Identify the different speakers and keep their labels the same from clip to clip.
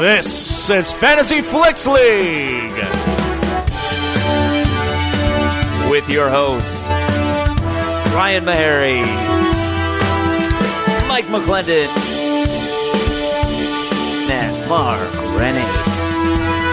Speaker 1: This is Fantasy Flicks League with your hosts, Ryan Meharry, Mike McClendon, and Mark Rennie.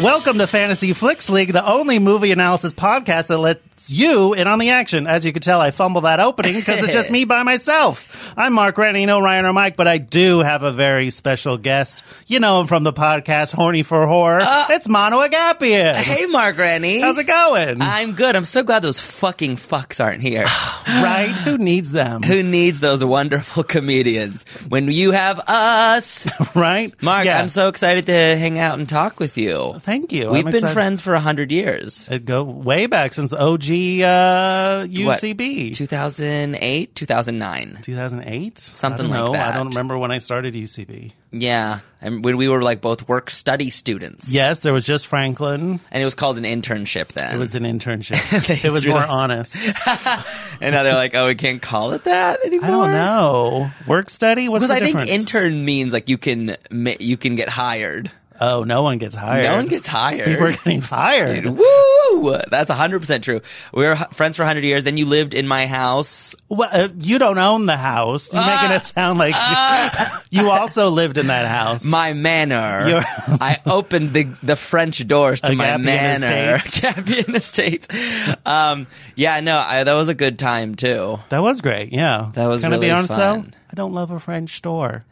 Speaker 2: Welcome to Fantasy Flicks League, the only movie analysis podcast that lets you in on the action. As you can tell, I fumble that opening because it's just me by myself. I'm Mark Rennie, no Ryan or Mike, but I do have a very special guest. You know him from the podcast Horny for Horror.
Speaker 3: Uh,
Speaker 2: it's Mono Agapian.
Speaker 3: Hey, Mark Rennie.
Speaker 2: How's it going?
Speaker 3: I'm good. I'm so glad those fucking fucks aren't here.
Speaker 2: right? Who needs them?
Speaker 3: Who needs those wonderful comedians when you have us?
Speaker 2: right?
Speaker 3: Mark,
Speaker 2: Yeah.
Speaker 3: I'm so excited to hang out and talk with you.
Speaker 2: Thank you.
Speaker 3: We've
Speaker 2: I'm
Speaker 3: been
Speaker 2: excited.
Speaker 3: friends for a hundred years.
Speaker 2: It go way back since OG uh, UCB.
Speaker 3: 2008, 2009.
Speaker 2: 2008?
Speaker 3: Something
Speaker 2: I don't
Speaker 3: like
Speaker 2: know.
Speaker 3: that.
Speaker 2: I don't remember when I started UCB.
Speaker 3: Yeah. And when we were like both work study students.
Speaker 2: Yes, there was just Franklin.
Speaker 3: And it was called an internship then.
Speaker 2: It was an internship.
Speaker 3: They
Speaker 2: it was
Speaker 3: threw
Speaker 2: more
Speaker 3: us-
Speaker 2: honest.
Speaker 3: and now they're like, oh, we can't call it that anymore.
Speaker 2: I don't know. Work study? What's
Speaker 3: Because
Speaker 2: the
Speaker 3: I think
Speaker 2: difference?
Speaker 3: intern means like you can ma- you can get hired.
Speaker 2: oh, no one gets hired.
Speaker 3: No one gets hired.
Speaker 2: People are getting fired.
Speaker 3: Woo! That's 100% true. We were h- friends for 100 years. Then you lived in my house.
Speaker 2: Well, uh, you don't own the house. You're making
Speaker 3: Ah.
Speaker 2: it sound like you, you also lived in that house.
Speaker 3: My manor.
Speaker 2: You're-
Speaker 3: I opened the the French doors to
Speaker 2: A
Speaker 3: my
Speaker 2: Gabian
Speaker 3: manor.
Speaker 2: Estates.
Speaker 3: Gabian Estates. Um, yeah, no, I, that was a good time too.
Speaker 2: that was great. Yeah.
Speaker 3: That was
Speaker 2: Can I be
Speaker 3: really
Speaker 2: honest though?
Speaker 3: fun.
Speaker 2: I don't love a French door.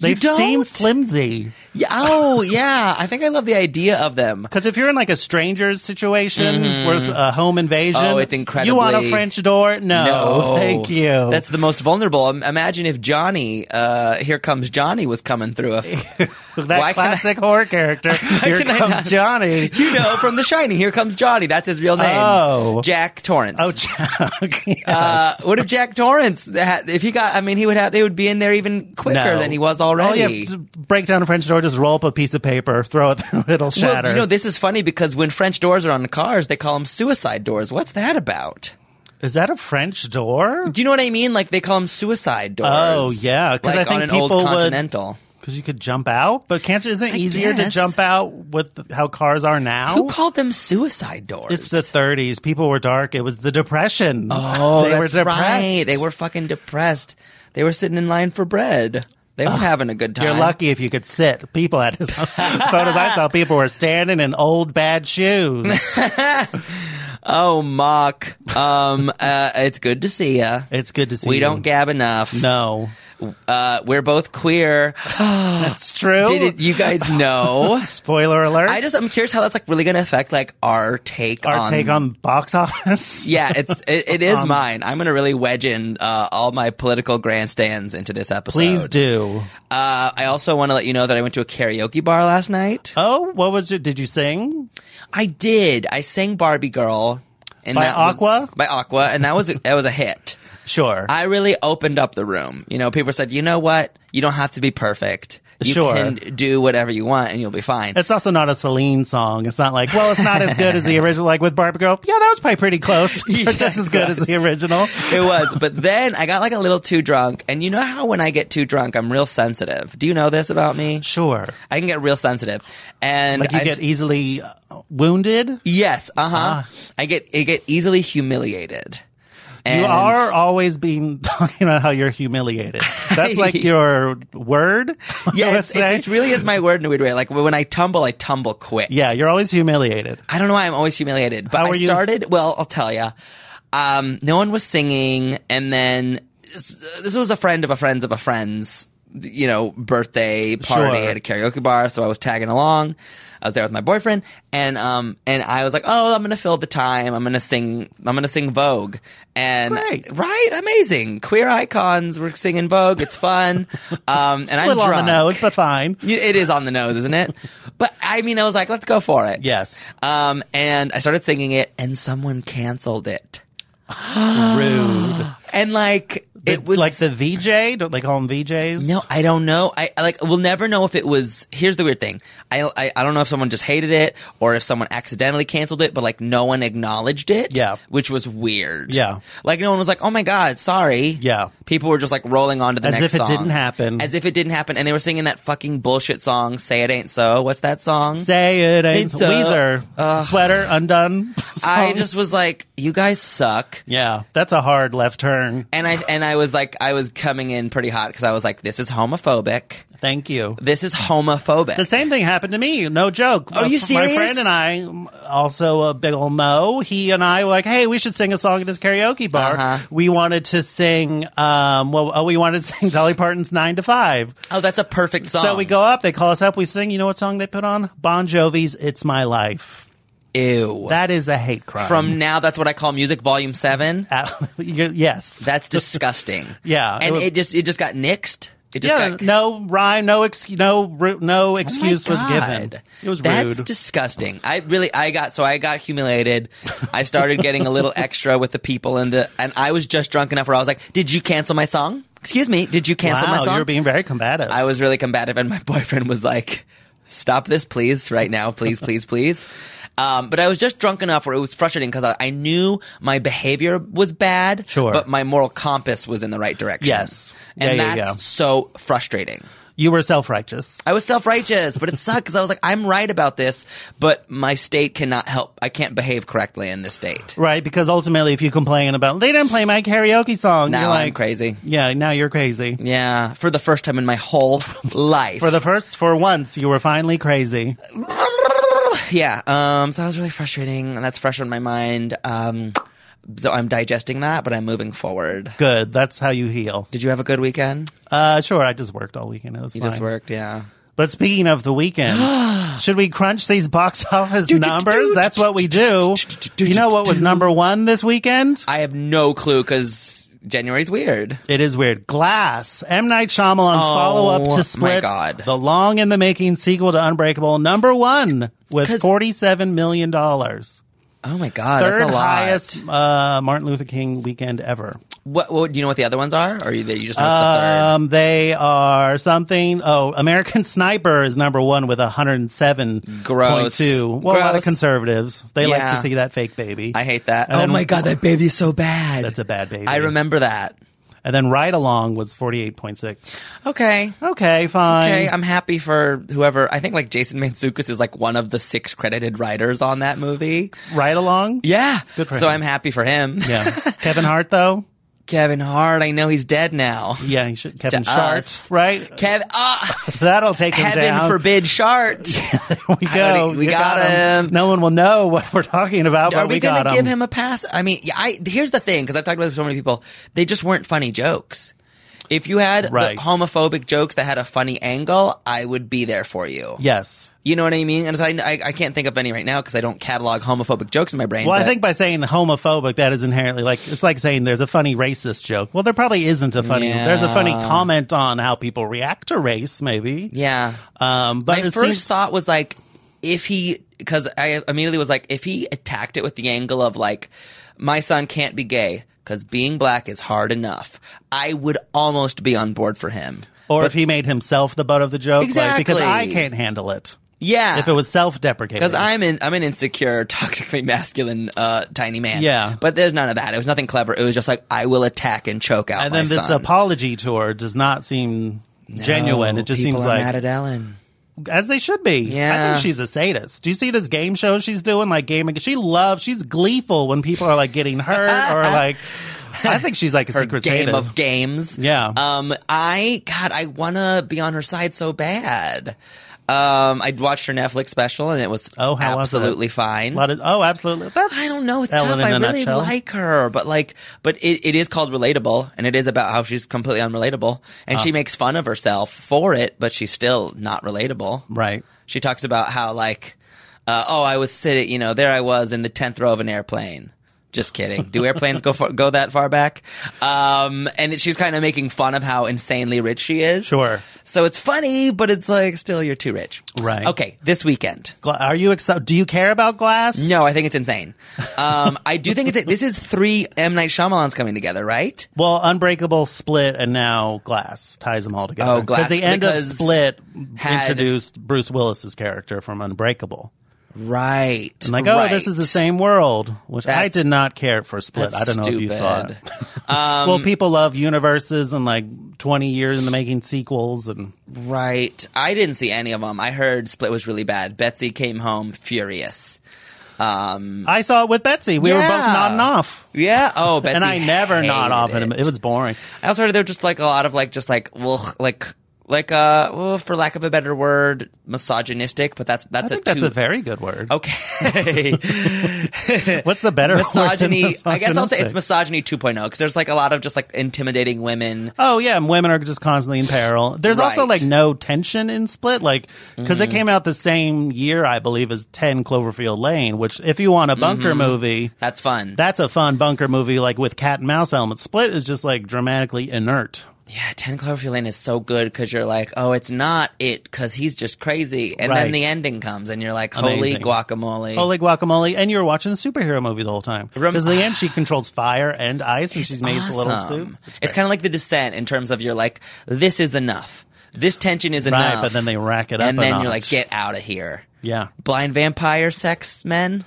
Speaker 2: They seem
Speaker 3: don't?
Speaker 2: flimsy.
Speaker 3: Yeah, oh, yeah. I think I love the idea of them.
Speaker 2: Because if you're in like a stranger's situation where it's a home invasion,
Speaker 3: Mm-hmm. Oh, it's
Speaker 2: You want a
Speaker 3: incredibly-
Speaker 2: French door? No,
Speaker 3: No.
Speaker 2: thank you.
Speaker 3: That's the most vulnerable. Im- Imagine if Johnny, uh, here comes Johnny, was coming through. A,
Speaker 2: that
Speaker 3: Why can I-
Speaker 2: classic horror character. Here
Speaker 3: can I
Speaker 2: comes
Speaker 3: not-
Speaker 2: Johnny.
Speaker 3: you know, from The Shining. Here comes Johnny. That's his real name.
Speaker 2: Oh.
Speaker 3: Jack Torrance.
Speaker 2: Oh, Chuck. yes.
Speaker 3: Uh, what if Jack Torrance? Had, if he got, I mean, he would have. They would be in there even quicker
Speaker 2: No.
Speaker 3: than he was
Speaker 2: All you
Speaker 3: already.
Speaker 2: have to Oh, break down a French door, just roll up a piece of paper, throw it through, it'll
Speaker 3: well,
Speaker 2: shatter.
Speaker 3: you know, this is funny because when French doors are on cars, they call them suicide doors. What's that about?
Speaker 2: Is that a French door?
Speaker 3: Do you know what I mean? Like they call them suicide doors.
Speaker 2: Oh, yeah, 'cause
Speaker 3: like
Speaker 2: I think
Speaker 3: on an
Speaker 2: people
Speaker 3: old
Speaker 2: would-
Speaker 3: Continental.
Speaker 2: Because you could jump out, but can't you? Isn't it easier to
Speaker 3: guess.
Speaker 2: jump out with how cars are now?
Speaker 3: Who called them suicide doors?
Speaker 2: Oh. it's the 30s. People were dark. It was the Depression.
Speaker 3: oh,
Speaker 2: they
Speaker 3: that's
Speaker 2: were depressed.
Speaker 3: right. They were fucking depressed. They were sitting in line for bread. They were having a good time.
Speaker 2: You're lucky if you could sit. People had photos I saw. People were standing in old bad shoes.
Speaker 3: Oh, mock. Um, uh, it's good to see ya.
Speaker 2: It's good to see.
Speaker 3: We
Speaker 2: you.
Speaker 3: don't gab enough.
Speaker 2: No,
Speaker 3: Uh, we're both queer.
Speaker 2: that's true.
Speaker 3: Did it, you guys know?
Speaker 2: Spoiler alert.
Speaker 3: I just I'm curious how that's like really gonna affect like our take
Speaker 2: our
Speaker 3: on
Speaker 2: take on Um, box office.
Speaker 3: yeah it's it, it is mine I'm gonna really wedge in uh, all my political grandstands into this episode
Speaker 2: Please do.
Speaker 3: uh, I also want to let you know that I went to a karaoke bar last night
Speaker 2: Oh, what was it? Did you sing?
Speaker 3: Uh, I did I sang Barbie Girl and
Speaker 2: By
Speaker 3: that was-
Speaker 2: Aqua?
Speaker 3: by Aqua and that was a, that was a hit
Speaker 2: Sure.
Speaker 3: I really opened up the room. You know, people said, you know what? You don't have to be perfect. You
Speaker 2: Sure.
Speaker 3: can do whatever you want and you'll be fine.
Speaker 2: it's also not a Celine song. It's not like, well, it's not as good as the original. Like with Barbie Girl, yeah, that was probably pretty close.
Speaker 3: Yeah,
Speaker 2: It's just as good as the original.
Speaker 3: it was. But then I got like a little too drunk. And you know how when I get too drunk, I'm real sensitive. Do you know this about me?
Speaker 2: Sure.
Speaker 3: I can get real sensitive. And
Speaker 2: Like you
Speaker 3: I
Speaker 2: get Ah. easily uh, wounded.
Speaker 3: yes, uh huh. I get I get easily humiliated. And
Speaker 2: You are always being talking about how you're humiliated. That's like your word. I would
Speaker 3: Yeah, it's, it's,
Speaker 2: say.
Speaker 3: it's really is my word in a weird way. Like when I tumble, I tumble quick.
Speaker 2: yeah, you're always humiliated.
Speaker 3: I don't know why I'm always humiliated, but
Speaker 2: How
Speaker 3: I
Speaker 2: are you-
Speaker 3: started. Well, I'll tell you. Um, no one was singing, and then this was a friend of a friend's of a friend's, you know, birthday party
Speaker 2: Sure.
Speaker 3: at a karaoke bar. So I was tagging along. I was there with my boyfriend, and um, and I was like, oh, I'm gonna fill the time. I'm gonna sing. I'm gonna sing Vogue. And
Speaker 2: Great.
Speaker 3: right, amazing. Queer icons were singing Vogue. It's fun. um, and I'm
Speaker 2: A little
Speaker 3: drunk.
Speaker 2: on the nose, but fine.
Speaker 3: You- It is on the nose, isn't it? But I mean, I was like, let's go for it.
Speaker 2: Yes.
Speaker 3: Um, and I started singing it, and someone canceled it.
Speaker 2: Rude.
Speaker 3: and like it was
Speaker 2: like the VJ. Don't they call them VJs?
Speaker 3: No, I don't know. I, I like we'll never know if it was. Here's the weird thing. I, I I don't know if someone just hated it or if someone accidentally canceled it, but like no one acknowledged it.
Speaker 2: Yeah.
Speaker 3: which was weird.
Speaker 2: Yeah.
Speaker 3: like no one was like, "Oh my god, sorry."
Speaker 2: Yeah.
Speaker 3: people were just like rolling on to the
Speaker 2: As if
Speaker 3: next
Speaker 2: it
Speaker 3: song.
Speaker 2: didn't happen.
Speaker 3: As if it didn't happen, and they were singing that fucking bullshit song. Say it ain't so. What's that song?
Speaker 2: Say it ain't
Speaker 3: It's, uh,
Speaker 2: Weezer
Speaker 3: ugh.
Speaker 2: sweater undone.
Speaker 3: I
Speaker 2: song.
Speaker 3: just was like, "You guys suck."
Speaker 2: yeah, that's a hard left turn.
Speaker 3: And I and I was like, I was coming in pretty hot because I was like, "This is homophobic.
Speaker 2: Thank you.
Speaker 3: This is homophobic."
Speaker 2: The same thing happened to me. No joke.
Speaker 3: Are you
Speaker 2: My
Speaker 3: serious?
Speaker 2: friend and I, also a big ol' Mo, he and I were like, hey, we should sing a song at this karaoke bar.
Speaker 3: Uh-huh.
Speaker 2: We wanted to sing, um, well, oh, we wanted to sing Dolly Parton's Nine to Five.
Speaker 3: oh, that's a perfect song.
Speaker 2: So we go up, they call us up, we sing. You know what song they put on? Bon Jovi's It's My Life.
Speaker 3: Ew.
Speaker 2: That is a hate crime.
Speaker 3: From now, that's what I call music volume seven.
Speaker 2: yes.
Speaker 3: That's disgusting.
Speaker 2: Yeah, it
Speaker 3: and it,
Speaker 2: was-
Speaker 3: just it just got nixed. It just
Speaker 2: yeah,
Speaker 3: got
Speaker 2: no rhyme, no ex- no ru- no excuse
Speaker 3: Oh my
Speaker 2: was given.
Speaker 3: God.
Speaker 2: It was
Speaker 3: That's
Speaker 2: rude.
Speaker 3: disgusting. I really I got so I got humiliated. I started getting a little extra with the people and the and I was just drunk enough where I was like, "Did you cancel my song? Excuse me, did you cancel my
Speaker 2: wow,
Speaker 3: song?"
Speaker 2: you're being very combative.
Speaker 3: I was really combative, and my boyfriend was like, "Stop this, please, right now, please, please, please." Um, but I was just drunk enough where it was frustrating because I, I knew my behavior was bad,
Speaker 2: Sure.
Speaker 3: but my moral compass was in the right direction.
Speaker 2: Yes. Yeah,
Speaker 3: and
Speaker 2: yeah,
Speaker 3: that's
Speaker 2: yeah.
Speaker 3: so frustrating.
Speaker 2: you were self righteous.
Speaker 3: I was self righteous, but it sucked because I was like, "I'm right about this, but my state cannot help. I can't behave correctly in this state."
Speaker 2: Right, because ultimately, if you complain about they didn't play my karaoke song,
Speaker 3: Now
Speaker 2: you're
Speaker 3: I'm
Speaker 2: like
Speaker 3: crazy.
Speaker 2: Yeah, now you're crazy.
Speaker 3: Yeah, for the first time in my whole life.
Speaker 2: For the first, for once, you were finally crazy.
Speaker 3: yeah. Um, so that was really frustrating, and that's fresh on my mind. Um, so I'm digesting that, but I'm moving forward.
Speaker 2: Good, that's how you heal.
Speaker 3: Did you have a good weekend?
Speaker 2: Uh, sure, I just worked all weekend. It was
Speaker 3: You
Speaker 2: fine.
Speaker 3: just worked, yeah.
Speaker 2: But speaking of the weekend, should we crunch these box office numbers? That's what we do. You know what was number one this weekend?
Speaker 3: I have no clue because January's weird.
Speaker 2: It is weird. Glass, M. Night Shyamalan's follow up
Speaker 3: Oh, my
Speaker 2: to Split,
Speaker 3: God.
Speaker 2: the long in the making sequel to Unbreakable, number one with
Speaker 3: 'Cause-
Speaker 2: $47 million. Third
Speaker 3: Oh my god, that's a lot.
Speaker 2: highest uh, Martin Luther King weekend ever.
Speaker 3: What, what do you know? What the other ones are? Or you, you just know it's the
Speaker 2: Um, they are something. Oh, American Sniper is number one with 107.2.
Speaker 3: Gross.
Speaker 2: Well, a lot of
Speaker 3: Gross.
Speaker 2: conservatives. They like
Speaker 3: Yeah.
Speaker 2: to see that fake baby.
Speaker 3: third? I hate that.
Speaker 2: and
Speaker 3: Oh
Speaker 2: then-
Speaker 3: my god, that baby's so bad.
Speaker 2: That's a bad baby.
Speaker 3: I remember that.
Speaker 2: And then Ride Along was 48.6.
Speaker 3: Okay.
Speaker 2: Okay, fine.
Speaker 3: Okay, I'm happy for whoever. I think like Jason Mantzoukas is like one of the six credited writers on that movie.
Speaker 2: Ride Along?
Speaker 3: Yeah.
Speaker 2: Good for
Speaker 3: so
Speaker 2: him.
Speaker 3: I'm happy for him.
Speaker 2: Yeah. Kevin Hart, though?
Speaker 3: Kevin Hart, I know he's dead now.
Speaker 2: Yeah, he should, Kevin
Speaker 3: To
Speaker 2: Shart,
Speaker 3: us.
Speaker 2: right?
Speaker 3: Kev, ah,
Speaker 2: That'll take him
Speaker 3: heaven
Speaker 2: down.
Speaker 3: forbid, Shart.
Speaker 2: there we go.
Speaker 3: We
Speaker 2: You
Speaker 3: got him.
Speaker 2: No one will know what we're talking about,
Speaker 3: Are
Speaker 2: but we,
Speaker 3: we,
Speaker 2: got
Speaker 3: going to
Speaker 2: him.
Speaker 3: give him a pass? I mean, yeah, I here's the thing because I've talked about this with so many people. They just weren't funny jokes. If you had the
Speaker 2: Right.
Speaker 3: homophobic jokes that had a funny angle, I would be there for you.
Speaker 2: Yes.
Speaker 3: You know what I mean? And so I, I, I can't think of any right now because I don't catalog homophobic jokes in my brain.
Speaker 2: Well, I
Speaker 3: but-
Speaker 2: think by saying homophobic, that is inherently like it's like saying there's a funny racist joke. Well, there probably isn't a funny.
Speaker 3: Yeah.
Speaker 2: There's a funny comment on how people react to race, maybe.
Speaker 3: yeah.
Speaker 2: Um, but
Speaker 3: my
Speaker 2: it
Speaker 3: first
Speaker 2: seems-
Speaker 3: thought was like if he because i immediately was like if he attacked it with the angle of like my son can't be gay because being black is hard enough i would almost be on board for him
Speaker 2: or if he made himself the butt of the joke, like, because
Speaker 3: Exactly. Ah.
Speaker 2: I can't handle it.
Speaker 3: yeah
Speaker 2: If it was self-deprecating,
Speaker 3: because I'm in, I'm an insecure, toxically masculine, uh, tiny man.
Speaker 2: Yeah.
Speaker 3: but there's none of that. It was nothing clever. It was just like I will attack and choke out.
Speaker 2: and
Speaker 3: my
Speaker 2: then this
Speaker 3: son.
Speaker 2: apology tour does not seem genuine.
Speaker 3: No,
Speaker 2: It just
Speaker 3: people
Speaker 2: seems
Speaker 3: are
Speaker 2: like
Speaker 3: mad at Ellen.
Speaker 2: as they should be. I
Speaker 3: Yeah.
Speaker 2: think she's a sadist. Do you see this game show she's doing? Like gaming, she loves. She's gleeful when people are like getting hurt or like. I think she's like a secret
Speaker 3: game
Speaker 2: sadist.
Speaker 3: of games.
Speaker 2: Yeah.
Speaker 3: Um. I God, I want to be on her side so bad. Um. I watched her Netflix special and it was
Speaker 2: Oh, how was it?
Speaker 3: absolutely fine.
Speaker 2: A lot of- oh, absolutely. That's
Speaker 3: I don't know. It's
Speaker 2: Ellen
Speaker 3: tough. I
Speaker 2: in a
Speaker 3: really
Speaker 2: nutshell.
Speaker 3: like her, but like, but it, it is called relatable, and it is about how she's completely unrelatable, and
Speaker 2: Ah.
Speaker 3: she makes fun of herself for it, but she's still not relatable.
Speaker 2: Right.
Speaker 3: She talks about how like, uh, oh, I was sitting, you know, there I was in the tenth row of an airplane. Just kidding. Do airplanes go far, go that far back? Um, and it, she's kind of making fun of how insanely rich she is.
Speaker 2: Sure.
Speaker 3: So it's funny, but it's like still you're too rich.
Speaker 2: Right.
Speaker 3: Okay. This weekend.
Speaker 2: Gla- Are you excited? Do you care about glass?
Speaker 3: No, I think it's insane. Um, I do think it's this is three M Night Shyamalan's coming together, right?
Speaker 2: Well, Unbreakable, Split, and now Glass ties them all together.
Speaker 3: Oh, Glass,
Speaker 2: Because the end of
Speaker 3: because
Speaker 2: Split
Speaker 3: had-
Speaker 2: introduced Bruce Willis's character from Unbreakable.
Speaker 3: Right.
Speaker 2: And like, oh, this is the same world, which I
Speaker 3: That's-
Speaker 2: did not care for Split. I don't know if you saw it. well,
Speaker 3: Um,
Speaker 2: people love universes and like 20 years in the making sequels and
Speaker 3: Right. I didn't see any of them. I heard Split was really bad. Betsy came home furious. Um,
Speaker 2: I saw it with Betsy. We were both
Speaker 3: Yeah.
Speaker 2: nodding off.
Speaker 3: yeah. Oh, Betsy.
Speaker 2: and I never nod
Speaker 3: hated
Speaker 2: off at him.
Speaker 3: it.
Speaker 2: It was boring.
Speaker 3: I also heard there were just like a lot of like, just like, well, like, like, uh, well, for lack of a better word, misogynistic. But that's
Speaker 2: I
Speaker 3: that's a Oh,
Speaker 2: think that's
Speaker 3: too.
Speaker 2: a very good word.
Speaker 3: okay.
Speaker 2: What's the better word than
Speaker 3: misogyny. I guess I'll say
Speaker 2: misogynistic?
Speaker 3: it's misogyny 2.0 because there's like a lot of just like intimidating women.
Speaker 2: Oh yeah, and women are just constantly in peril. There's also
Speaker 3: Right. Mm-hmm.
Speaker 2: like no tension in Split, like because it came out the same year, I believe, as Ten Cloverfield Lane. Which, if you want a bunker
Speaker 3: Mm-hmm.
Speaker 2: movie,
Speaker 3: That's fun.
Speaker 2: that's a fun bunker movie, like with cat and mouse elements. Split is just like dramatically inert.
Speaker 3: yeah, 10 Cloverfield Lane is so good because you're like, oh, it's not it because he's just crazy. And then
Speaker 2: Right.
Speaker 3: the ending comes and you're like, holy
Speaker 2: Amazing. Oh,
Speaker 3: guacamole.
Speaker 2: Holy guacamole! And you're watching a superhero movie the whole time
Speaker 3: Rem-
Speaker 2: because in the end she controls fire and ice, and she's made a little
Speaker 3: Awesome.
Speaker 2: soup.
Speaker 3: It's, kind of like the descent in terms of you're like, this is enough. This tension is
Speaker 2: Right,
Speaker 3: enough.
Speaker 2: but then they rack it up,
Speaker 3: and then
Speaker 2: a
Speaker 3: you're like,
Speaker 2: notch.
Speaker 3: get out of here.
Speaker 2: yeah.
Speaker 3: Blind vampire sex men.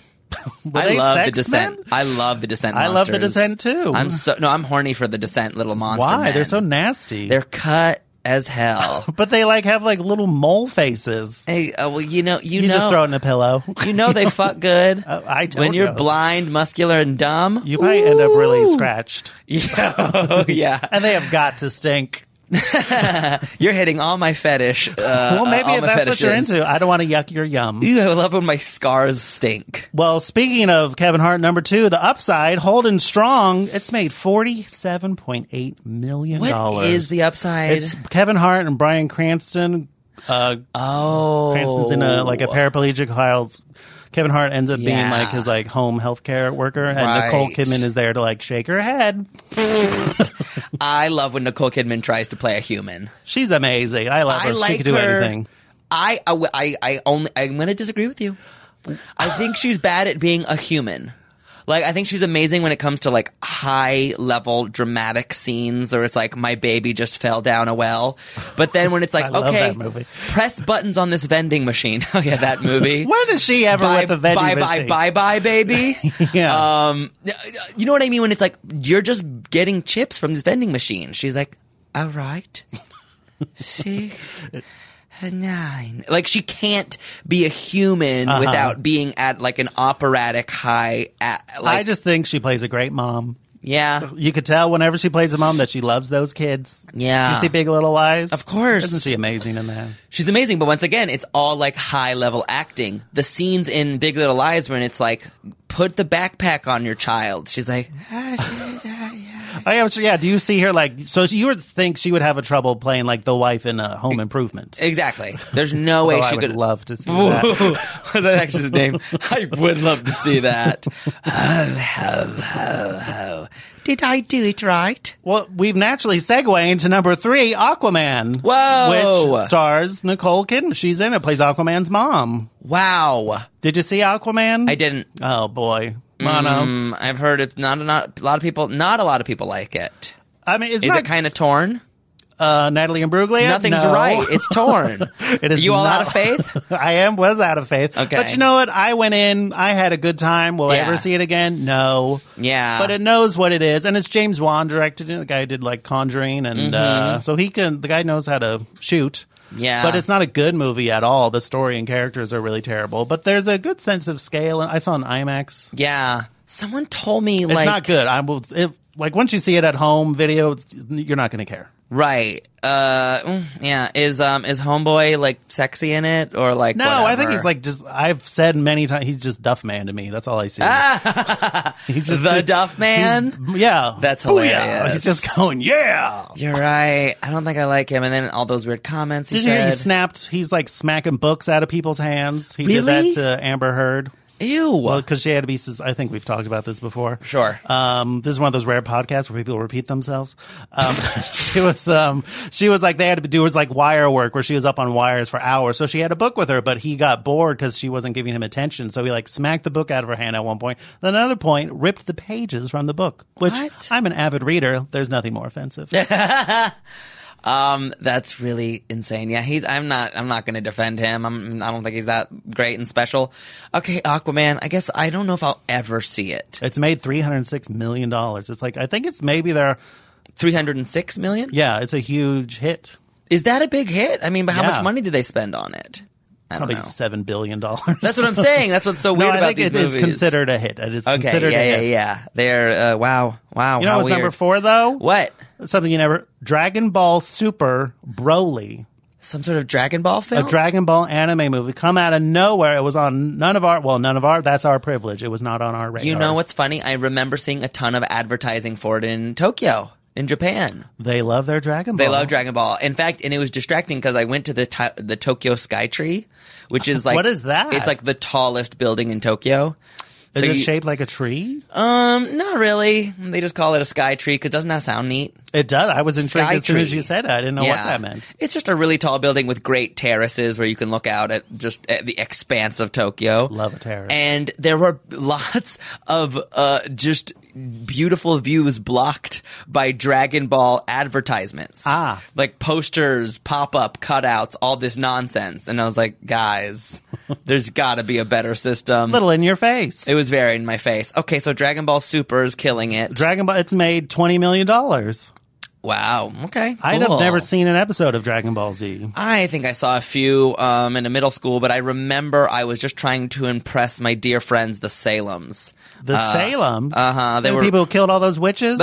Speaker 2: Were
Speaker 3: I
Speaker 2: they
Speaker 3: love the
Speaker 2: sex
Speaker 3: descent.
Speaker 2: men?
Speaker 3: I love the descent.
Speaker 2: I love The
Speaker 3: monsters.
Speaker 2: Descent, too.
Speaker 3: I'm so no, I'm horny for the descent little monster.
Speaker 2: Why
Speaker 3: men.
Speaker 2: they're so Oh. nasty?
Speaker 3: They're cut as hell.
Speaker 2: but they like have like little mole faces.
Speaker 3: hey, uh, well, you know, you,
Speaker 2: You
Speaker 3: know,
Speaker 2: just throw it in a pillow.
Speaker 3: you know they fuck good.
Speaker 2: Uh, I don't
Speaker 3: when you're
Speaker 2: know.
Speaker 3: blind, muscular, and dumb,
Speaker 2: You might end up really scratched.
Speaker 3: yeah, oh, yeah,
Speaker 2: And they have got to stink.
Speaker 3: you're hitting all my fetish. Uh,
Speaker 2: Well, maybe
Speaker 3: all
Speaker 2: if
Speaker 3: my
Speaker 2: that's what
Speaker 3: fetishes.
Speaker 2: you're into. I don't want to yuck your yum.
Speaker 3: Ew, I love when my scars stink.
Speaker 2: Well, speaking of Kevin Hart, number two, the upside, holding strong. It's made forty-seven point eight million
Speaker 3: What is
Speaker 2: dollars.
Speaker 3: the upside?
Speaker 2: It's Kevin Hart and Brian Cranston. Uh,
Speaker 3: oh,
Speaker 2: Cranston's in a like a paraplegic house. Kevin Hart ends up being
Speaker 3: Yeah.
Speaker 2: like his like home healthcare worker, and Nicole
Speaker 3: Right.
Speaker 2: Kidman is there to like shake her head.
Speaker 3: I love when Nicole Kidman tries to play a human.
Speaker 2: She's amazing. I love
Speaker 3: I
Speaker 2: her. she
Speaker 3: like
Speaker 2: can do
Speaker 3: her.
Speaker 2: anything.
Speaker 3: I, I, I, I only, I'm going to disagree with you. I think she's bad at being a human. Like, I think she's amazing when it comes to like high level dramatic scenes or it's like, my baby just fell down a well. But then when it's like,
Speaker 2: I love
Speaker 3: okay,
Speaker 2: that movie.
Speaker 3: press buttons on this vending machine. Oh yeah, that movie.
Speaker 2: What is she ever
Speaker 3: Bye,
Speaker 2: with a vending
Speaker 3: bye, bye,
Speaker 2: machine?
Speaker 3: bye, bye, baby.
Speaker 2: Yeah.
Speaker 3: Um, you know what I mean? When it's like, you're just getting chips from this vending machine. She's like, all right. Six, uh, nine. Like, she can't be a human
Speaker 2: Uh-huh.
Speaker 3: without being at like an operatic high. At, like,
Speaker 2: I just think she plays a great mom.
Speaker 3: yeah.
Speaker 2: You could tell whenever she plays a mom that she loves those kids.
Speaker 3: Yeah.
Speaker 2: Did you see Big Little Lies? Of
Speaker 3: course.
Speaker 2: Isn't she amazing in that?
Speaker 3: She's amazing, but once again, it's all like high level acting. The scenes in Big Little Lies when it's like, put the backpack on your child. She's like, "Ah, she- ah, yeah."
Speaker 2: Oh, yeah, but- yeah. Do you see her like? So you would think she would have a trouble playing like the wife in uh, Home Improvement.
Speaker 3: exactly. There's no way
Speaker 2: Oh, I
Speaker 3: she
Speaker 2: would
Speaker 3: could.
Speaker 2: love to see
Speaker 3: Ooh,
Speaker 2: that.
Speaker 3: was that actually his name? I would love to see that. ho, ho, ho, ho. Did I do it right?
Speaker 2: Well, we've naturally segued into number three, Aquaman.
Speaker 3: Whoa.
Speaker 2: Which stars Nicole Kidman. She's in it. Plays Aquaman's mom.
Speaker 3: Wow.
Speaker 2: Did you see Aquaman?
Speaker 3: I didn't.
Speaker 2: Oh boy, mono.
Speaker 3: Mm, I've heard it. Not, not a lot of people. Not a lot of people like it.
Speaker 2: I mean, it's
Speaker 3: Is
Speaker 2: not
Speaker 3: it kind of torn?
Speaker 2: uh, Natalie Imbruglia.
Speaker 3: Nothing's
Speaker 2: No.
Speaker 3: right. It's torn.
Speaker 2: It is
Speaker 3: you all
Speaker 2: not-
Speaker 3: out of faith?
Speaker 2: I am was out of faith.
Speaker 3: Okay.
Speaker 2: But you know what? I went in. I had a good time. Will I
Speaker 3: Yeah.
Speaker 2: ever see it again? No.
Speaker 3: Yeah.
Speaker 2: But it knows what it is, and it's James Wan directed it. The guy who did like Conjuring, and uh, so he can. The guy knows how to shoot.
Speaker 3: Mm-hmm. Yeah.
Speaker 2: But it's not a good movie at all. The story and characters are really terrible. But there's a good sense of scale. And I saw an IMAX.
Speaker 3: Yeah. Someone told me
Speaker 2: It's
Speaker 3: like
Speaker 2: not good. I will. It, like once you see it at home video, it's, you're not going to care.
Speaker 3: right. Uh, mm, yeah. Is um is homeboy like sexy in it or like?
Speaker 2: No, I think
Speaker 3: whatever?
Speaker 2: he's like just. I've said many times he's just Duff Man to me. That's all I see. he's just
Speaker 3: the
Speaker 2: too-
Speaker 3: Duff Man.
Speaker 2: Yeah,
Speaker 3: That's
Speaker 2: Booyah.
Speaker 3: hilarious.
Speaker 2: He's just going, yeah.
Speaker 3: You're right. I don't think I like him. And then all those weird comments he
Speaker 2: Did you hear he
Speaker 3: said.
Speaker 2: snapped? He's like smacking books out of people's hands. He
Speaker 3: Really?
Speaker 2: did that to Amber Heard.
Speaker 3: Ew.
Speaker 2: because she had to be. sus- I think we've talked about this before.
Speaker 3: Sure.
Speaker 2: Um, this is one of those rare podcasts where people repeat themselves. Um, she was, um, she was like they had to do was like wire work where she was up on wires for hours. So she had a book with her, but he got bored because she wasn't giving him attention. So he like smacked the book out of her hand at one point. Then another point ripped the pages from the book. Which
Speaker 3: What?
Speaker 2: I'm an avid reader. There's nothing more offensive.
Speaker 3: Um, that's really insane. Yeah, he's. I'm not. I'm not going to defend him. I'm. I don't think he's that great and special. Okay, Aquaman. I guess I don't know if I'll ever see it.
Speaker 2: It's made three hundred six million dollars. It's like I think it's maybe their
Speaker 3: Three hundred and six million.
Speaker 2: yeah. It's a huge hit.
Speaker 3: Is that a big hit? I mean, but how
Speaker 2: Yeah.
Speaker 3: much money did they spend on it? I don't
Speaker 2: Probably
Speaker 3: know.
Speaker 2: seven billion dollars.
Speaker 3: Oh, That's what I'm saying. That's what's so
Speaker 2: No,
Speaker 3: weird
Speaker 2: I
Speaker 3: about
Speaker 2: think
Speaker 3: these
Speaker 2: it is
Speaker 3: movies.
Speaker 2: considered a hit. It is
Speaker 3: Okay.
Speaker 2: considered
Speaker 3: Yeah,
Speaker 2: a
Speaker 3: yeah,
Speaker 2: hit.
Speaker 3: yeah. They're. Uh, wow. Wow.
Speaker 2: You know
Speaker 3: how
Speaker 2: what's
Speaker 3: weird.
Speaker 2: number four though?
Speaker 3: What?
Speaker 2: Something you never Dragon Ball Super Broly,
Speaker 3: Some sort of Dragon Ball
Speaker 2: a
Speaker 3: film?
Speaker 2: Dragon Ball anime movie, come out of nowhere. It was on none of our well, none of our that's our privilege. It was not on our radar.
Speaker 3: you know what's funny? I remember seeing a ton of advertising for it in Tokyo, in Japan.
Speaker 2: they love their Dragon Ball.
Speaker 3: They love Dragon Ball. In fact, and it was distracting because I went to the to- the Tokyo Sky Tree, which is like
Speaker 2: What is that?
Speaker 3: It's like the tallest building in Tokyo.
Speaker 2: Is
Speaker 3: So
Speaker 2: it
Speaker 3: you-
Speaker 2: shaped like a tree?
Speaker 3: Um, not really. They just call it a sky tree because doesn't that sound neat?
Speaker 2: It does. I was intrigued
Speaker 3: Sky
Speaker 2: as soon as
Speaker 3: tree.
Speaker 2: you said it. I didn't know Oh, what that meant.
Speaker 3: It's just a really tall building with great terraces where you can look out at just at the expanse of Tokyo.
Speaker 2: Love a terrace.
Speaker 3: And there were lots of uh, just beautiful views blocked by Dragon Ball advertisements.
Speaker 2: Ah.
Speaker 3: Like posters, pop up, cutouts, all this nonsense. And I was like, guys, there's got to be a better system.
Speaker 2: Little in your face.
Speaker 3: It was very in my face. Okay, so Dragon Ball Super is killing it.
Speaker 2: Dragon Ball. It's made twenty million dollars.
Speaker 3: wow. Okay.
Speaker 2: I'd
Speaker 3: cool.
Speaker 2: have never seen an episode of Dragon Ball Z.
Speaker 3: I think I saw a few um, in a middle school, but I remember I was just trying to impress my dear friends, the Salems.
Speaker 2: The Salems.
Speaker 3: Uh, uh-huh, they
Speaker 2: The
Speaker 3: were-
Speaker 2: people who killed all those witches.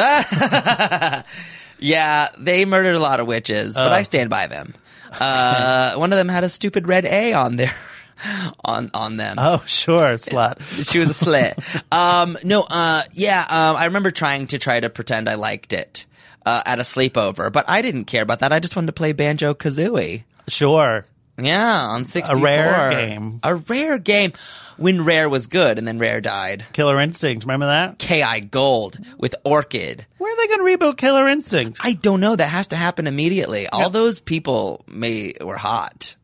Speaker 3: Yeah, they murdered a lot of witches, but
Speaker 2: Oh.
Speaker 3: I stand by them. Uh, one of them had a stupid red A on their on on them.
Speaker 2: oh, sure, slut.
Speaker 3: She was a slit. um, no, uh, yeah, um, I remember trying to try to pretend I liked it uh, at a sleepover, but I didn't care about that. I just wanted to play banjo kazooie.
Speaker 2: Sure.
Speaker 3: Yeah, on 64.
Speaker 2: rare game.
Speaker 3: A rare game when Rare was good and then Rare died.
Speaker 2: Killer Instinct. Remember that?
Speaker 3: KI Gold with Orchid.
Speaker 2: Where are they going to reboot Killer Instinct?
Speaker 3: I don't know. That has to happen immediately. All those people may were hot.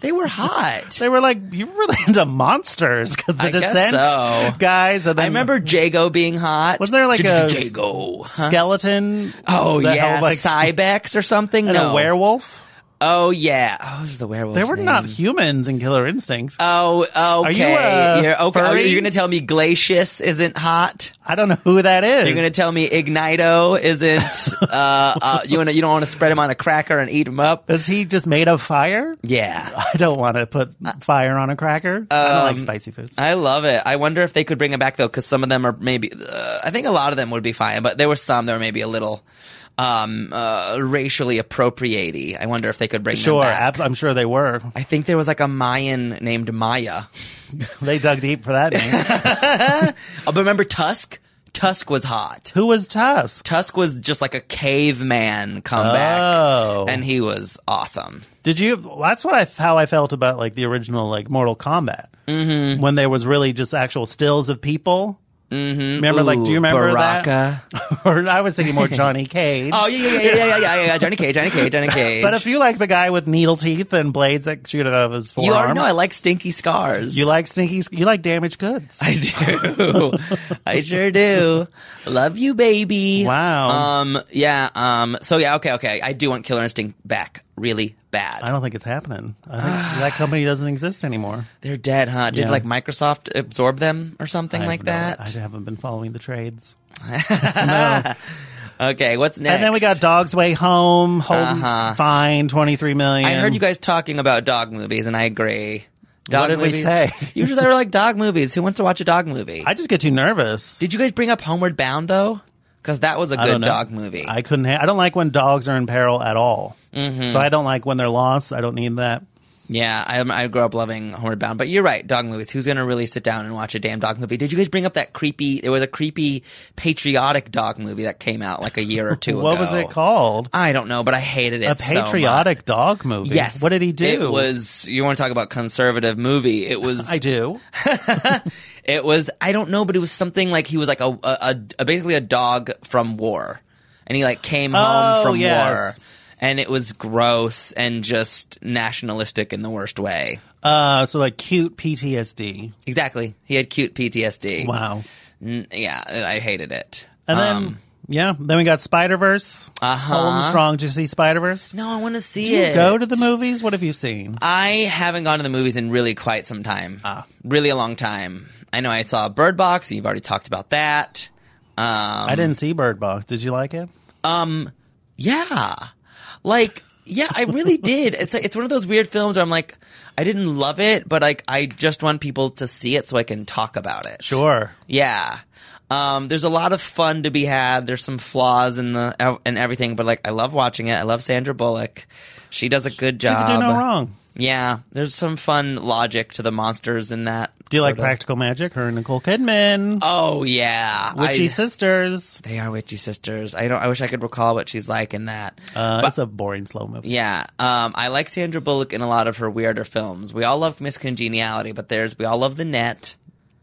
Speaker 3: they were hot.
Speaker 2: They were like, you were really into monsters. 'cause The
Speaker 3: I guess
Speaker 2: Descent
Speaker 3: so.
Speaker 2: guys. And then
Speaker 3: I remember Jago being hot.
Speaker 2: Wasn't there like a-
Speaker 3: Jago? huh?
Speaker 2: Skeleton.
Speaker 3: Oh
Speaker 2: that
Speaker 3: yeah,
Speaker 2: held, like,
Speaker 3: Cybex or something.
Speaker 2: and
Speaker 3: No
Speaker 2: a werewolf.
Speaker 3: Oh yeah. Oh, it was the werewolf.
Speaker 2: They were not humans in Killer Instinct.
Speaker 3: Oh, okay.
Speaker 2: you, uh,
Speaker 3: You're, okay. Oh,
Speaker 2: furry?
Speaker 3: you're gonna tell me Glacius isn't hot?
Speaker 2: I don't know who that is.
Speaker 3: You're gonna tell me Ignito isn't? uh, uh, you wanna, you don't want to spread him on a cracker and eat him up?
Speaker 2: is he just made of fire?
Speaker 3: Yeah,
Speaker 2: I don't want to put fire on a cracker. I don't like spicy foods.
Speaker 3: Um, I love it. I wonder if they could bring him back though, because some of them are maybe. Uh, I think a lot of them would be fine, but there were some that were maybe a little um, uh, racially appropriaty. I wonder if they could bring
Speaker 2: Sure,
Speaker 3: them back.
Speaker 2: abs- I'm sure they were.
Speaker 3: I think there was like a Mayan named Maya.
Speaker 2: They dug deep for that name.
Speaker 3: Oh, but remember Tusk? Tusk was hot.
Speaker 2: Who was Tusk?
Speaker 3: Tusk was just like a caveman comeback,
Speaker 2: Oh.
Speaker 3: and he was awesome.
Speaker 2: Did you? That's what I how I felt about like the original like Mortal Kombat mm-hmm. when there was really just actual stills of people. Mm-hmm. Remember, like, do you
Speaker 3: Ooh,
Speaker 2: remember
Speaker 3: Baraka.
Speaker 2: that? or I was thinking more Johnny Cage.
Speaker 3: Oh yeah, yeah, yeah, yeah, yeah, yeah, yeah. Johnny Cage, Johnny Cage, Johnny Cage.
Speaker 2: But if you like the guy with needle teeth and blades that shoot out of his forearms,
Speaker 3: you already know, I like stinky scars.
Speaker 2: you like sneaky, you like damaged goods.
Speaker 3: I do. I sure do. Love you, baby.
Speaker 2: Wow.
Speaker 3: Um. Yeah. Um. So yeah. Okay. Okay. I do want Killer Instinct back really bad.
Speaker 2: I don't think it's happening. I think that company doesn't exist anymore.
Speaker 3: They're dead, huh? Did
Speaker 2: Yeah.
Speaker 3: like Microsoft absorb them or something
Speaker 2: I
Speaker 3: like
Speaker 2: have no-
Speaker 3: that?
Speaker 2: I haven't been following the trades.
Speaker 3: Okay. What's next? Uh-huh.
Speaker 2: And then we got Dogs Way Home, Holden's Fine, twenty three million.
Speaker 3: I heard you guys talking about dog movies, and I agree. Dog
Speaker 2: did we
Speaker 3: movies.
Speaker 2: say?
Speaker 3: You just were like dog movies. Who wants to watch a dog movie?
Speaker 2: I just get too nervous.
Speaker 3: Did you guys bring up Homeward Bound though? Because that was a
Speaker 2: I don't
Speaker 3: good
Speaker 2: know.
Speaker 3: dog movie.
Speaker 2: I
Speaker 3: Mm-hmm.
Speaker 2: couldn't. Ha- I don't like when dogs are in peril at all. So I don't like when they're lost. I don't need that.
Speaker 3: Yeah, I, I grew up loving Homeward Bound, but you're right. Dog movies. Who's gonna really sit down and watch a damn dog movie? Did you guys bring up that creepy? There was a creepy patriotic dog movie that came out like a year or two
Speaker 2: What
Speaker 3: ago.
Speaker 2: was it called?
Speaker 3: I don't know, but I hated it.
Speaker 2: A
Speaker 3: so much.
Speaker 2: patriotic dog movie.
Speaker 3: yes.
Speaker 2: What did he do?
Speaker 3: It was. You want to talk about conservative movie? It was.
Speaker 2: I do.
Speaker 3: It was I don't know, but it was something like he was like a a, a, a basically a dog from war, and he like came home
Speaker 2: Oh,
Speaker 3: from
Speaker 2: yes.
Speaker 3: war, and it was gross and just nationalistic in the worst way.
Speaker 2: Uh, so like cute PTSD.
Speaker 3: Exactly, he had cute PTSD.
Speaker 2: Wow.
Speaker 3: N- yeah, I hated it.
Speaker 2: And then
Speaker 3: Um,
Speaker 2: yeah, then we got Spider Verse.
Speaker 3: Uh-huh.
Speaker 2: Home strong. Did you see Spider Verse?
Speaker 3: no, I want to see
Speaker 2: Did
Speaker 3: it.
Speaker 2: you go to the movies? What have you seen?
Speaker 3: I haven't gone to the movies in really quite some time.
Speaker 2: Ah.
Speaker 3: Really a long time. I know I saw Bird Box. You've already talked about that. Um,
Speaker 2: I didn't see Bird Box. Did you like it?
Speaker 3: Yeah. Like, yeah, I really did. It's like, it's one of those weird films where I'm like, I didn't love it, but like, I just want people to see it so I can talk about it.
Speaker 2: Sure.
Speaker 3: Yeah. Um, there's a lot of fun to be had. There's some flaws in the and everything, but like, I love watching it. I love Sandra Bullock. She does a good
Speaker 2: You could
Speaker 3: job.
Speaker 2: do no wrong.
Speaker 3: Yeah, there's some fun logic to the monsters in that.
Speaker 2: Do you like
Speaker 3: sorta-
Speaker 2: Practical Magic? Her and Nicole Kidman,
Speaker 3: Oh yeah,
Speaker 2: witchy
Speaker 3: I-
Speaker 2: sisters.
Speaker 3: they are witchy sisters. I don't. I wish I could recall what she's like in that.
Speaker 2: Uh, it's a boring slow movie.
Speaker 3: Yeah, um, I like Sandra Bullock in a lot of her weirder films. We all love Miss Congeniality, but there's we all love The Net.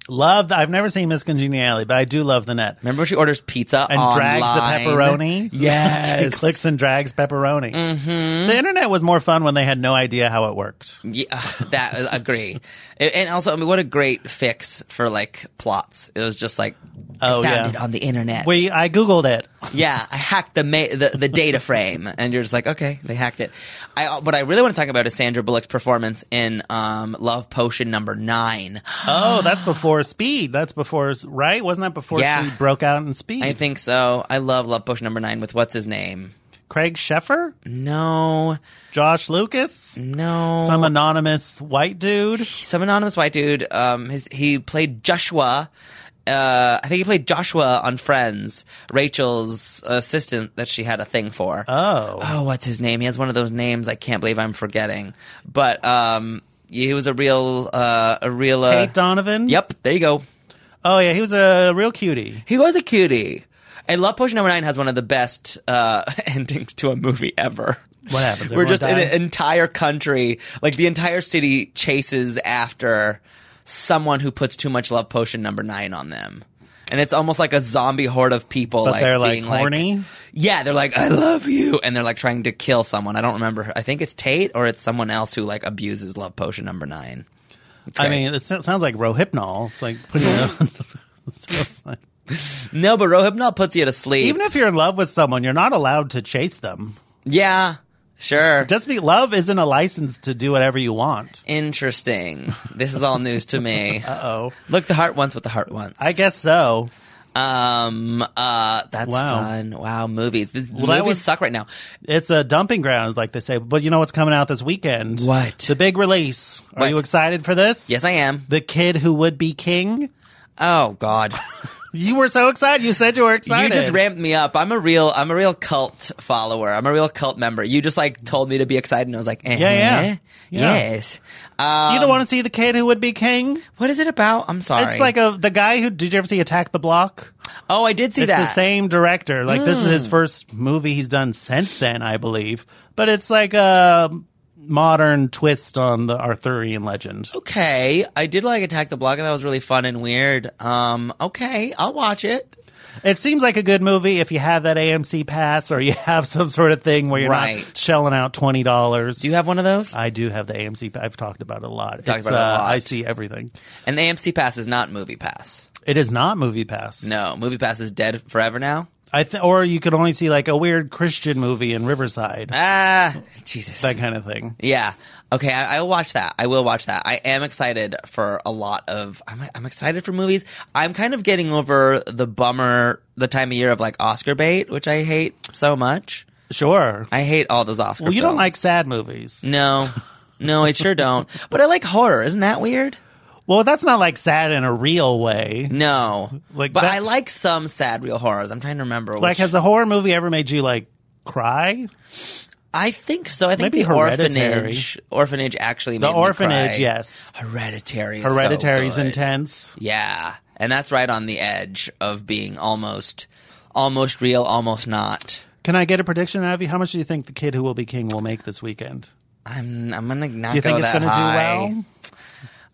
Speaker 2: Love. I've never seen Miss Congeniality, but I do love the net.
Speaker 3: Remember she orders pizza
Speaker 2: and drags the
Speaker 3: online?
Speaker 2: pepperoni.
Speaker 3: Yes,
Speaker 2: she clicks and drags pepperoni. Mm-hmm. The internet was more fun when they had no idea how it worked.
Speaker 3: Yeah, that agree. And- and also, I mean, what a great fix for like plots. It was just like I
Speaker 2: Oh,
Speaker 3: found
Speaker 2: yeah.
Speaker 3: it on the internet.
Speaker 2: We, I googled it.
Speaker 3: yeah, I hacked the, ma- the the data frame, and you're just like, okay, they hacked it. I uh, what I really want to talk about is Sandra Bullock's performance in um, Love Potion number nine.
Speaker 2: Oh, that's before Speed. That's before right? Wasn't that before
Speaker 3: Yeah.
Speaker 2: she broke out in Speed?
Speaker 3: I think so. I love Love Potion number nine with what's his name?
Speaker 2: Craig Sheffer,
Speaker 3: No,
Speaker 2: Josh Lucas,
Speaker 3: no,
Speaker 2: some anonymous white dude.
Speaker 3: some anonymous white dude. Um, his he played Joshua. Uh, I think he played Joshua on Friends, Rachel's assistant that she had a thing for.
Speaker 2: Oh,
Speaker 3: oh, what's his name? He has one of those names I can't believe I'm forgetting. But um, he was a real, uh, a real. Uh,
Speaker 2: Tate Donovan.
Speaker 3: Yep, there you go.
Speaker 2: Oh yeah, he was a real cutie.
Speaker 3: He was a cutie. And Love Potion Number Nine has one of the best uh, endings to a movie ever.
Speaker 2: What happens?
Speaker 3: We're
Speaker 2: Everyone
Speaker 3: just in
Speaker 2: die?
Speaker 3: an entire country, like the entire city chases after someone who puts too much Love Potion Number Nine on them. And it's almost like a zombie horde of people,
Speaker 2: but
Speaker 3: like
Speaker 2: they're like
Speaker 3: being
Speaker 2: horny.
Speaker 3: yeah, they're like, I love you. And they're like trying to kill someone. I don't remember. her- I think it's Tate or it's someone else who like abuses love potion number nine.
Speaker 2: I
Speaker 3: great.
Speaker 2: mean, it so- sounds like Rohypnol. It's like putting it on. It's like-
Speaker 3: No, but Rohypnol puts you to sleep.
Speaker 2: Even if you're in love with someone, you're not allowed to chase them.
Speaker 3: yeah, sure.
Speaker 2: Just be love isn't a license to do whatever you want.
Speaker 3: Interesting. This is all news to me.
Speaker 2: Oh,
Speaker 3: Look, the heart wants what the heart wants.
Speaker 2: I guess so.
Speaker 3: Um. Uh. That's
Speaker 2: Wow.
Speaker 3: fun. Wow. Movies. This
Speaker 2: that
Speaker 3: movies
Speaker 2: was-
Speaker 3: suck right now.
Speaker 2: It's a dumping ground, is like they say. But you know what's coming out this weekend?
Speaker 3: What?
Speaker 2: The big release. Are
Speaker 3: What?
Speaker 2: you excited for this?
Speaker 3: Yes, I am.
Speaker 2: The kid who would be king.
Speaker 3: Oh God.
Speaker 2: You were so excited. You said you were excited.
Speaker 3: You just ramped me up. I'm a real I'm a real cult follower. I'm a real cult member. You just like told me to be excited and I was like, eh,
Speaker 2: Yeah, yeah. Yeah.
Speaker 3: Yes. Um,
Speaker 2: You don't want to see the kid who would be king.
Speaker 3: what is it about? I'm sorry.
Speaker 2: It's like a the guy who did you ever see Attack the Block?
Speaker 3: Oh, I did see
Speaker 2: it's
Speaker 3: that. Hmm.
Speaker 2: the same director. Like this is his first movie he's done since then, I believe. But it's like a modern twist on the Arthurian legend.
Speaker 3: Okay. I did like Attack the Block and that was really fun and weird. Um okay, I'll watch it.
Speaker 2: It seems like a good movie if you have that AMC pass or you have some sort of thing where you're
Speaker 3: Right.
Speaker 2: not shelling out twenty dollars.
Speaker 3: Do you have one of those?
Speaker 2: I do have the AMC. pa- I've talked about it a lot.
Speaker 3: Talked
Speaker 2: It's,
Speaker 3: about it a
Speaker 2: uh,
Speaker 3: lot.
Speaker 2: I see everything.
Speaker 3: and the AMC Pass is not Movie Pass.
Speaker 2: It is not Movie Pass.
Speaker 3: No, Movie Pass is dead forever now.
Speaker 2: I th- or you could only see like a weird Christian movie in Riverside,
Speaker 3: Ah, Jesus.
Speaker 2: that kind of thing.
Speaker 3: Yeah. Okay, I, I'll watch that. I will watch that. I am excited for a lot of. I'm, I'm excited for movies. I'm kind of getting over the bummer, the time of year of like Oscar bait, which I hate so much.
Speaker 2: Sure.
Speaker 3: I hate all those Oscar.
Speaker 2: well, you don't
Speaker 3: films.
Speaker 2: like sad movies.
Speaker 3: No, no, I sure don't. But I like horror. Isn't that weird?
Speaker 2: Well, that's not like sad in a real way.
Speaker 3: No,
Speaker 2: Like
Speaker 3: but
Speaker 2: that-
Speaker 3: I like some sad real horrors. I'm trying to remember.
Speaker 2: Like,
Speaker 3: which-
Speaker 2: has a horror movie ever made you like cry?
Speaker 3: I think so. I think
Speaker 2: Maybe
Speaker 3: the
Speaker 2: Hereditary.
Speaker 3: orphanage, orphanage actually made
Speaker 2: The
Speaker 3: me cry.
Speaker 2: orphanage, yes.
Speaker 3: Hereditary. Is so
Speaker 2: Hereditary's
Speaker 3: good.
Speaker 2: intense.
Speaker 3: Yeah, and that's right on the edge of being almost, almost real, almost not.
Speaker 2: Can I get a prediction out of you? How much do you think the kid who will be king will make this weekend?
Speaker 3: I'm I'm gonna not
Speaker 2: Do you
Speaker 3: go
Speaker 2: think it's
Speaker 3: that
Speaker 2: going to do
Speaker 3: high.
Speaker 2: well?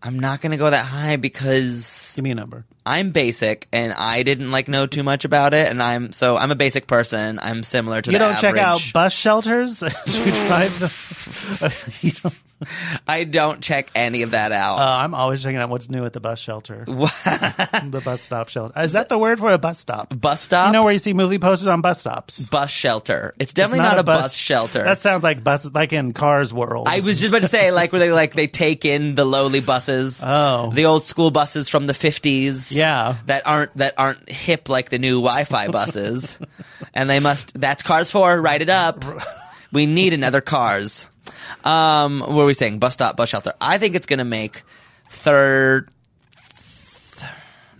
Speaker 3: I'm not gonna go that high because
Speaker 2: Give me a number.
Speaker 3: I'm basic and I didn't like know too much about it, and I'm so I'm a basic person. I'm similar to
Speaker 2: You
Speaker 3: the
Speaker 2: don't check out
Speaker 3: average.
Speaker 2: bus shelters as you drive the. You don't-
Speaker 3: I don't check any of that out.
Speaker 2: Uh, I'm always checking out what's new at the bus shelter, the bus stop shelter. Is that the word for a bus stop?
Speaker 3: bus stop,
Speaker 2: You know where you see movie posters on bus stops?
Speaker 3: bus shelter. It's definitely not, a bus, shelter.
Speaker 2: That sounds like bus, like in Cars World.
Speaker 3: I was just about to say, like, where they like they take in the lowly buses,
Speaker 2: Oh.
Speaker 3: the old school buses from the fifties,
Speaker 2: Yeah.
Speaker 3: that aren't that aren't hip like the new Wi-Fi buses, and they must. That's Cars Four. Write it up. We need another Cars. Um, what were we saying? Bus stop, bus shelter. I think it's gonna make third.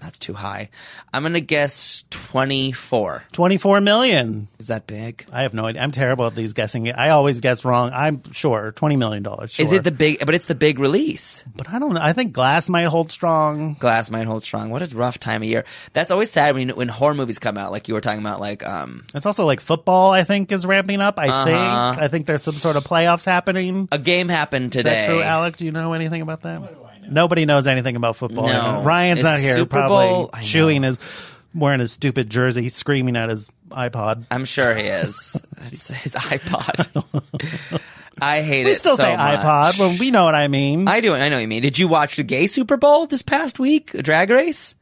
Speaker 3: That's too high. I'm gonna guess twenty four.
Speaker 2: 24 million.
Speaker 3: Is that big?
Speaker 2: I have no idea. I'm terrible at these guessing. I always guess wrong. I'm sure. $20 million. Sure.
Speaker 3: Is it the big? But it's the big release.
Speaker 2: But I don't know. I think Glass might hold strong.
Speaker 3: Glass might hold strong. What a rough time of year. That's always sad when when horror movies come out. Like you were talking about, like um,
Speaker 2: It's also like football, I think, is ramping up.
Speaker 3: Uh-huh.
Speaker 2: I think. I think there's some sort of playoffs happening.
Speaker 3: a game happened
Speaker 2: Is that
Speaker 3: today.
Speaker 2: true, Alec? Do you know anything about that? Nobody knows anything about football.
Speaker 3: No.
Speaker 2: Ryan's
Speaker 3: Is
Speaker 2: not here.
Speaker 3: Super
Speaker 2: probably
Speaker 3: Bowl- I know.
Speaker 2: chewing his, wearing his stupid jersey, He's screaming at his iPod.
Speaker 3: I'm sure he is. It's his iPod. I hate
Speaker 2: We
Speaker 3: it.
Speaker 2: still
Speaker 3: so
Speaker 2: say
Speaker 3: much.
Speaker 2: iPod, but we know what I mean.
Speaker 3: I do. I know what you mean. Did you watch the gay Super Bowl this past week? Drag Race?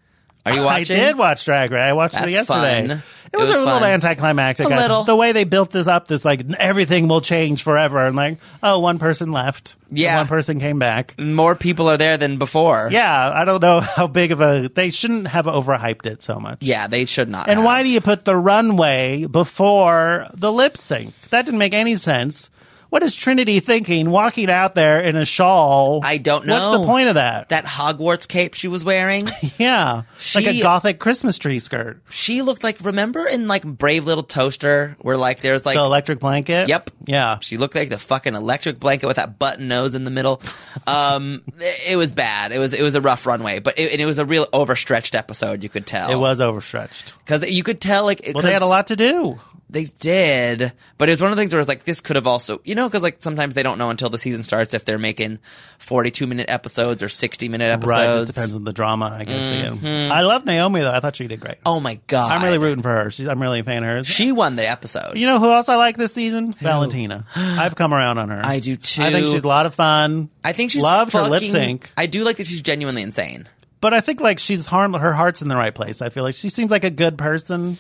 Speaker 3: Are you
Speaker 2: I
Speaker 3: watching?
Speaker 2: did watch Drag Race. I watched it
Speaker 3: That's
Speaker 2: yesterday.
Speaker 3: fun.
Speaker 2: It was,
Speaker 3: It was
Speaker 2: a little
Speaker 3: fun.
Speaker 2: anticlimactic.
Speaker 3: A
Speaker 2: I-
Speaker 3: little.
Speaker 2: the way they built this up, this like everything will change forever, and like oh, one person left, and
Speaker 3: Yeah. Mm.
Speaker 2: one person came back.
Speaker 3: More people are there than before.
Speaker 2: Yeah, I don't know how big of a they shouldn't have overhyped it so much.
Speaker 3: Yeah, they should not.
Speaker 2: And
Speaker 3: have.
Speaker 2: why do you put the runway before the lip sync? That didn't make any sense. What is Trinity thinking walking out there in a shawl?
Speaker 3: I don't
Speaker 2: What's the
Speaker 3: know.
Speaker 2: point of that?
Speaker 3: that Hogwarts cape she was wearing?
Speaker 2: yeah. like a
Speaker 3: She-
Speaker 2: gothic Christmas tree skirt.
Speaker 3: she looked like remember in like Brave Little Toaster where like there's like
Speaker 2: The electric blanket?
Speaker 3: Yep.
Speaker 2: Yeah.
Speaker 3: She looked like the fucking electric blanket with that button nose in the middle. Um, it it was bad. It was it was a rough runway, but it, and it was a real overstretched episode. You could tell
Speaker 2: It was overstretched.
Speaker 3: because you could tell like
Speaker 2: Well, they had a lot to do.
Speaker 3: They did, but it was one of the things where it's like this could have also you know because like sometimes they don't know until the season starts if they're making forty two minute episodes or sixty minute episodes.
Speaker 2: Right. It just depends on the drama, I guess. Yeah. I love Naomi, though. I thought she did great.
Speaker 3: Mm-hmm. Oh my god!
Speaker 2: I'm really rooting for her. She's, I'm really a fan of hers.
Speaker 3: she won the episode.
Speaker 2: you know who else I like this season? Valentina. I've come around on her.
Speaker 3: I do too.
Speaker 2: I think she's a lot of fun.
Speaker 3: I think she's
Speaker 2: loved her
Speaker 3: fucking-
Speaker 2: lip sync.
Speaker 3: I do like that she's genuinely insane.
Speaker 2: But I think like she's harm her heart's in the right place. I feel like she seems like a good person.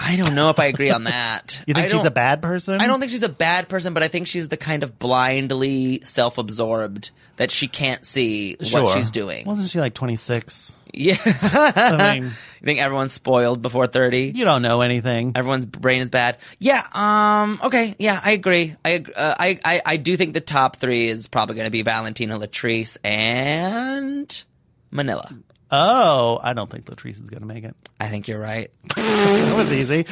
Speaker 3: I don't know if I agree on that.
Speaker 2: You think
Speaker 3: I
Speaker 2: she's
Speaker 3: don't-
Speaker 2: a bad person?
Speaker 3: I don't think she's a bad person, but I think she's the kind of blindly self-absorbed that she can't see what she's doing.
Speaker 2: Wasn't she like 26?
Speaker 3: yeah,
Speaker 2: I mean,
Speaker 3: you think everyone's spoiled before thirty?
Speaker 2: you don't know anything.
Speaker 3: Everyone's brain is bad. Yeah. Um. Okay. Yeah, I agree. I ag- uh, I, I I do think the top three is probably going to be Valentina Latrice and Manila.
Speaker 2: Oh, I don't think Latrice is going to make it.
Speaker 3: I think you're right.
Speaker 2: That was easy.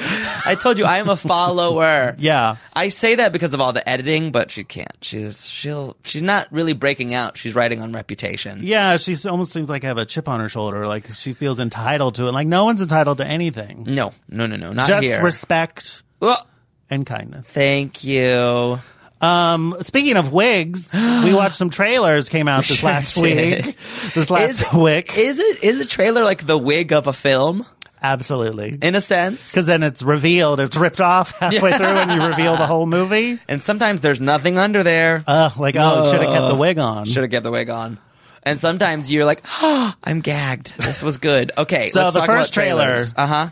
Speaker 3: I told you I am a follower.
Speaker 2: Yeah.
Speaker 3: I say that because of all the editing, but she can't. She's she'll she's not really breaking out. She's writing on reputation.
Speaker 2: Yeah, she almost seems like I have a chip on her shoulder. Like she feels entitled to it. Like no one's entitled to anything.
Speaker 3: No, no, no, no, not
Speaker 2: Just
Speaker 3: here.
Speaker 2: respect
Speaker 3: well,
Speaker 2: and kindness.
Speaker 3: thank you.
Speaker 2: Um, speaking of wigs, we watched some trailers came out this
Speaker 3: Sure
Speaker 2: last
Speaker 3: did.
Speaker 2: week. This last
Speaker 3: Is-
Speaker 2: week.
Speaker 3: Is it is a trailer like the wig of a film
Speaker 2: Absolutely.
Speaker 3: in a sense?
Speaker 2: because then it's revealed it's ripped off halfway through and you reveal the whole movie
Speaker 3: And sometimes there's nothing under there.
Speaker 2: uh, like oh should have kept the wig on
Speaker 3: Should have kept the wig on. And sometimes you're like, oh, I'm gagged. This was good. Okay,
Speaker 2: So
Speaker 3: let's
Speaker 2: the
Speaker 3: talk
Speaker 2: first trailer-
Speaker 3: Uh huh.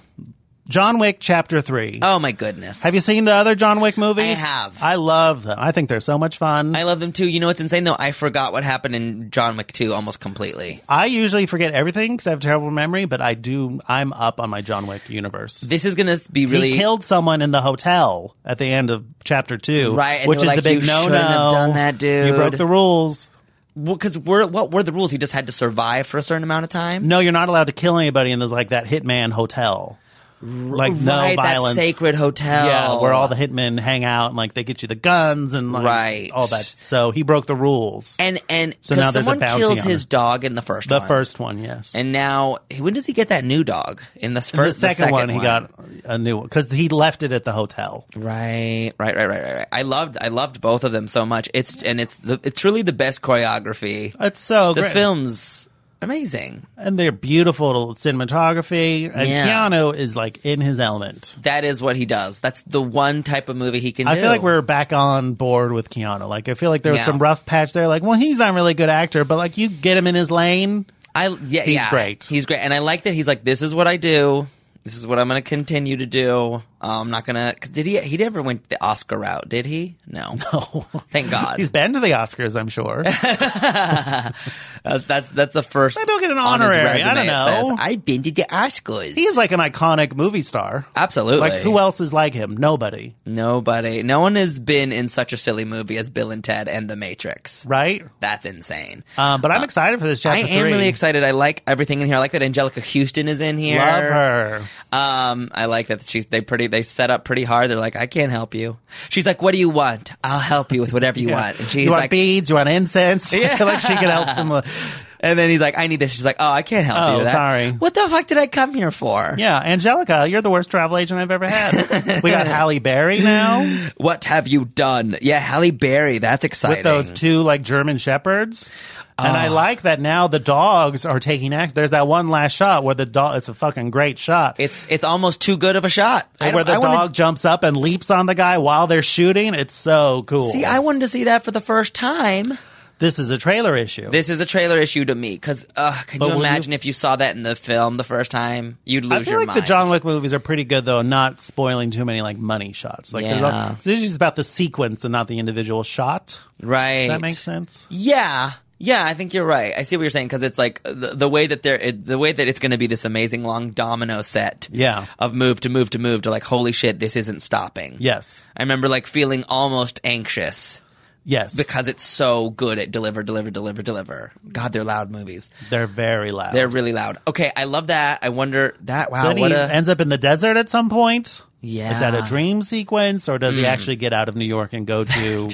Speaker 2: john wick chapter 3
Speaker 3: Oh my goodness.
Speaker 2: have you seen the other john wick movies
Speaker 3: I have.
Speaker 2: i love them i think they're so much fun
Speaker 3: I
Speaker 2: I,
Speaker 3: love them too. You know what's insane though? I forgot what happened in John Wick 2 almost completely.
Speaker 2: usually forget everything because i have terrible memory but i do i'm up on my john wick universe
Speaker 3: This is gonna be really
Speaker 2: he killed someone in the hotel at the end of chapter two
Speaker 3: Right, and
Speaker 2: which
Speaker 3: they
Speaker 2: is
Speaker 3: were
Speaker 2: the
Speaker 3: like,
Speaker 2: big
Speaker 3: "You
Speaker 2: no
Speaker 3: shouldn't
Speaker 2: no
Speaker 3: have done that,
Speaker 2: you broke
Speaker 3: dude."
Speaker 2: the rules
Speaker 3: because we're what were the rules? He just had to survive for a certain amount of time.
Speaker 2: no you're not allowed to kill anybody in this like that hitman hotel like no
Speaker 3: right,
Speaker 2: violence.
Speaker 3: that sacred hotel.
Speaker 2: yeah, where all the hitmen hang out and like they get you the guns and like
Speaker 3: Right.
Speaker 2: all that. So he broke the rules.
Speaker 3: and and
Speaker 2: So
Speaker 3: 'cause
Speaker 2: now there's a
Speaker 3: someone
Speaker 2: bounty
Speaker 3: kills
Speaker 2: on
Speaker 3: his
Speaker 2: it.
Speaker 3: dog in the first
Speaker 2: the
Speaker 3: one.
Speaker 2: first one, yes.
Speaker 3: and now when does he get that new dog in the first
Speaker 2: the, second one, he got a new one because he left it at the hotel.
Speaker 3: Right, right, right, right, right, right. I loved, I loved both of them so much. It's and it's the, it's truly the best choreography.
Speaker 2: It's so
Speaker 3: The
Speaker 2: great.
Speaker 3: film's amazing.
Speaker 2: and they're beautiful cinematography. And
Speaker 3: Yeah.
Speaker 2: Keanu is like in his element.
Speaker 3: That is what he does. That's the one type of movie he can.
Speaker 2: I
Speaker 3: do.
Speaker 2: feel like we're back on board with Keanu. Like I feel like there was
Speaker 3: Yeah.
Speaker 2: some rough patch there. Like, well, he's not really a good actor, but like you get him in his lane.
Speaker 3: I yeah,
Speaker 2: He's
Speaker 3: yeah.
Speaker 2: great.
Speaker 3: He's great, and I like that he's like, this is what I do. This is what I'm going to continue to do. Uh, I'm not going to. Did he? He never went the Oscar route, did he? No. No. Thank God.
Speaker 2: He's been to the Oscars, I'm sure.
Speaker 3: that's, that's that's the first.
Speaker 2: Maybe he'll get an
Speaker 3: on his
Speaker 2: honorary. I
Speaker 3: resume
Speaker 2: don't
Speaker 3: it says,
Speaker 2: know.
Speaker 3: I've been to the Oscars.
Speaker 2: he's like an iconic movie star.
Speaker 3: absolutely
Speaker 2: Like who else is like him? Nobody,
Speaker 3: Nobody. No one has been in such a silly movie as Bill and Ted and The Matrix.
Speaker 2: right?
Speaker 3: That's insane.
Speaker 2: Um, but I'm excited for this
Speaker 3: Uh, I
Speaker 2: chapter.
Speaker 3: am
Speaker 2: three.
Speaker 3: really excited. I like everything in here. I like that Angelica Houston is in here.
Speaker 2: Love her.
Speaker 3: Um, I like that she's they pretty they set up pretty hard. They're like, I can't help you. She's like, What do you want? I'll help you with whatever you want. And she's
Speaker 2: you want
Speaker 3: like,
Speaker 2: beads? You want incense? I feel like she could help him. with-
Speaker 3: and then he's like, I need this. She's like, Oh, I can't help
Speaker 2: Oh,
Speaker 3: you. With that.
Speaker 2: sorry.
Speaker 3: What the fuck did I come here for?
Speaker 2: Yeah, Angelica, you're the worst travel agent I've ever had. we got Halle Berry now
Speaker 3: What have you done? Yeah, Halle Berry. That's exciting.
Speaker 2: with those two like German shepherds, and
Speaker 3: Ah.
Speaker 2: I like that now the dogs are taking action. There's that one last shot where the dog. It's a fucking great shot.
Speaker 3: it's it's almost too good of a shot. I
Speaker 2: where
Speaker 3: don't-
Speaker 2: the
Speaker 3: I
Speaker 2: dog
Speaker 3: wanna-
Speaker 2: jumps up and leaps on the guy while they're shooting. It's so cool.
Speaker 3: See, I wanted to see that for the first time.
Speaker 2: this is a trailer issue.
Speaker 3: This is a trailer issue to me because uh, can
Speaker 2: But
Speaker 3: you
Speaker 2: will you-
Speaker 3: imagine if you saw that in the film the first time? You'd lose
Speaker 2: I feel
Speaker 3: your
Speaker 2: like
Speaker 3: mind.
Speaker 2: the John Wick movies are pretty good though, not spoiling too many like money shots. Like there's
Speaker 3: Yeah.
Speaker 2: all, it's usually just about the sequence and not the individual shot.
Speaker 3: right?
Speaker 2: Does that make sense?
Speaker 3: Yeah. Yeah, I think you're right. I see what you're saying because it's like uh, the, the way that they're it, the way that it's going to be this amazing long domino set.
Speaker 2: Yeah.
Speaker 3: Of move to move to move to like holy shit, this isn't stopping.
Speaker 2: Yes.
Speaker 3: I remember like feeling almost anxious
Speaker 2: Yes.
Speaker 3: because it's so good at deliver, deliver, deliver, deliver. God, they're loud movies.
Speaker 2: they're very loud.
Speaker 3: They're really loud. Okay, I love that. I wonder that. Wow,
Speaker 2: then
Speaker 3: what
Speaker 2: he
Speaker 3: a
Speaker 2: ends up in the desert at some point.
Speaker 3: Yeah. Mm.
Speaker 2: Is that a dream sequence or does he actually get out of New York and go to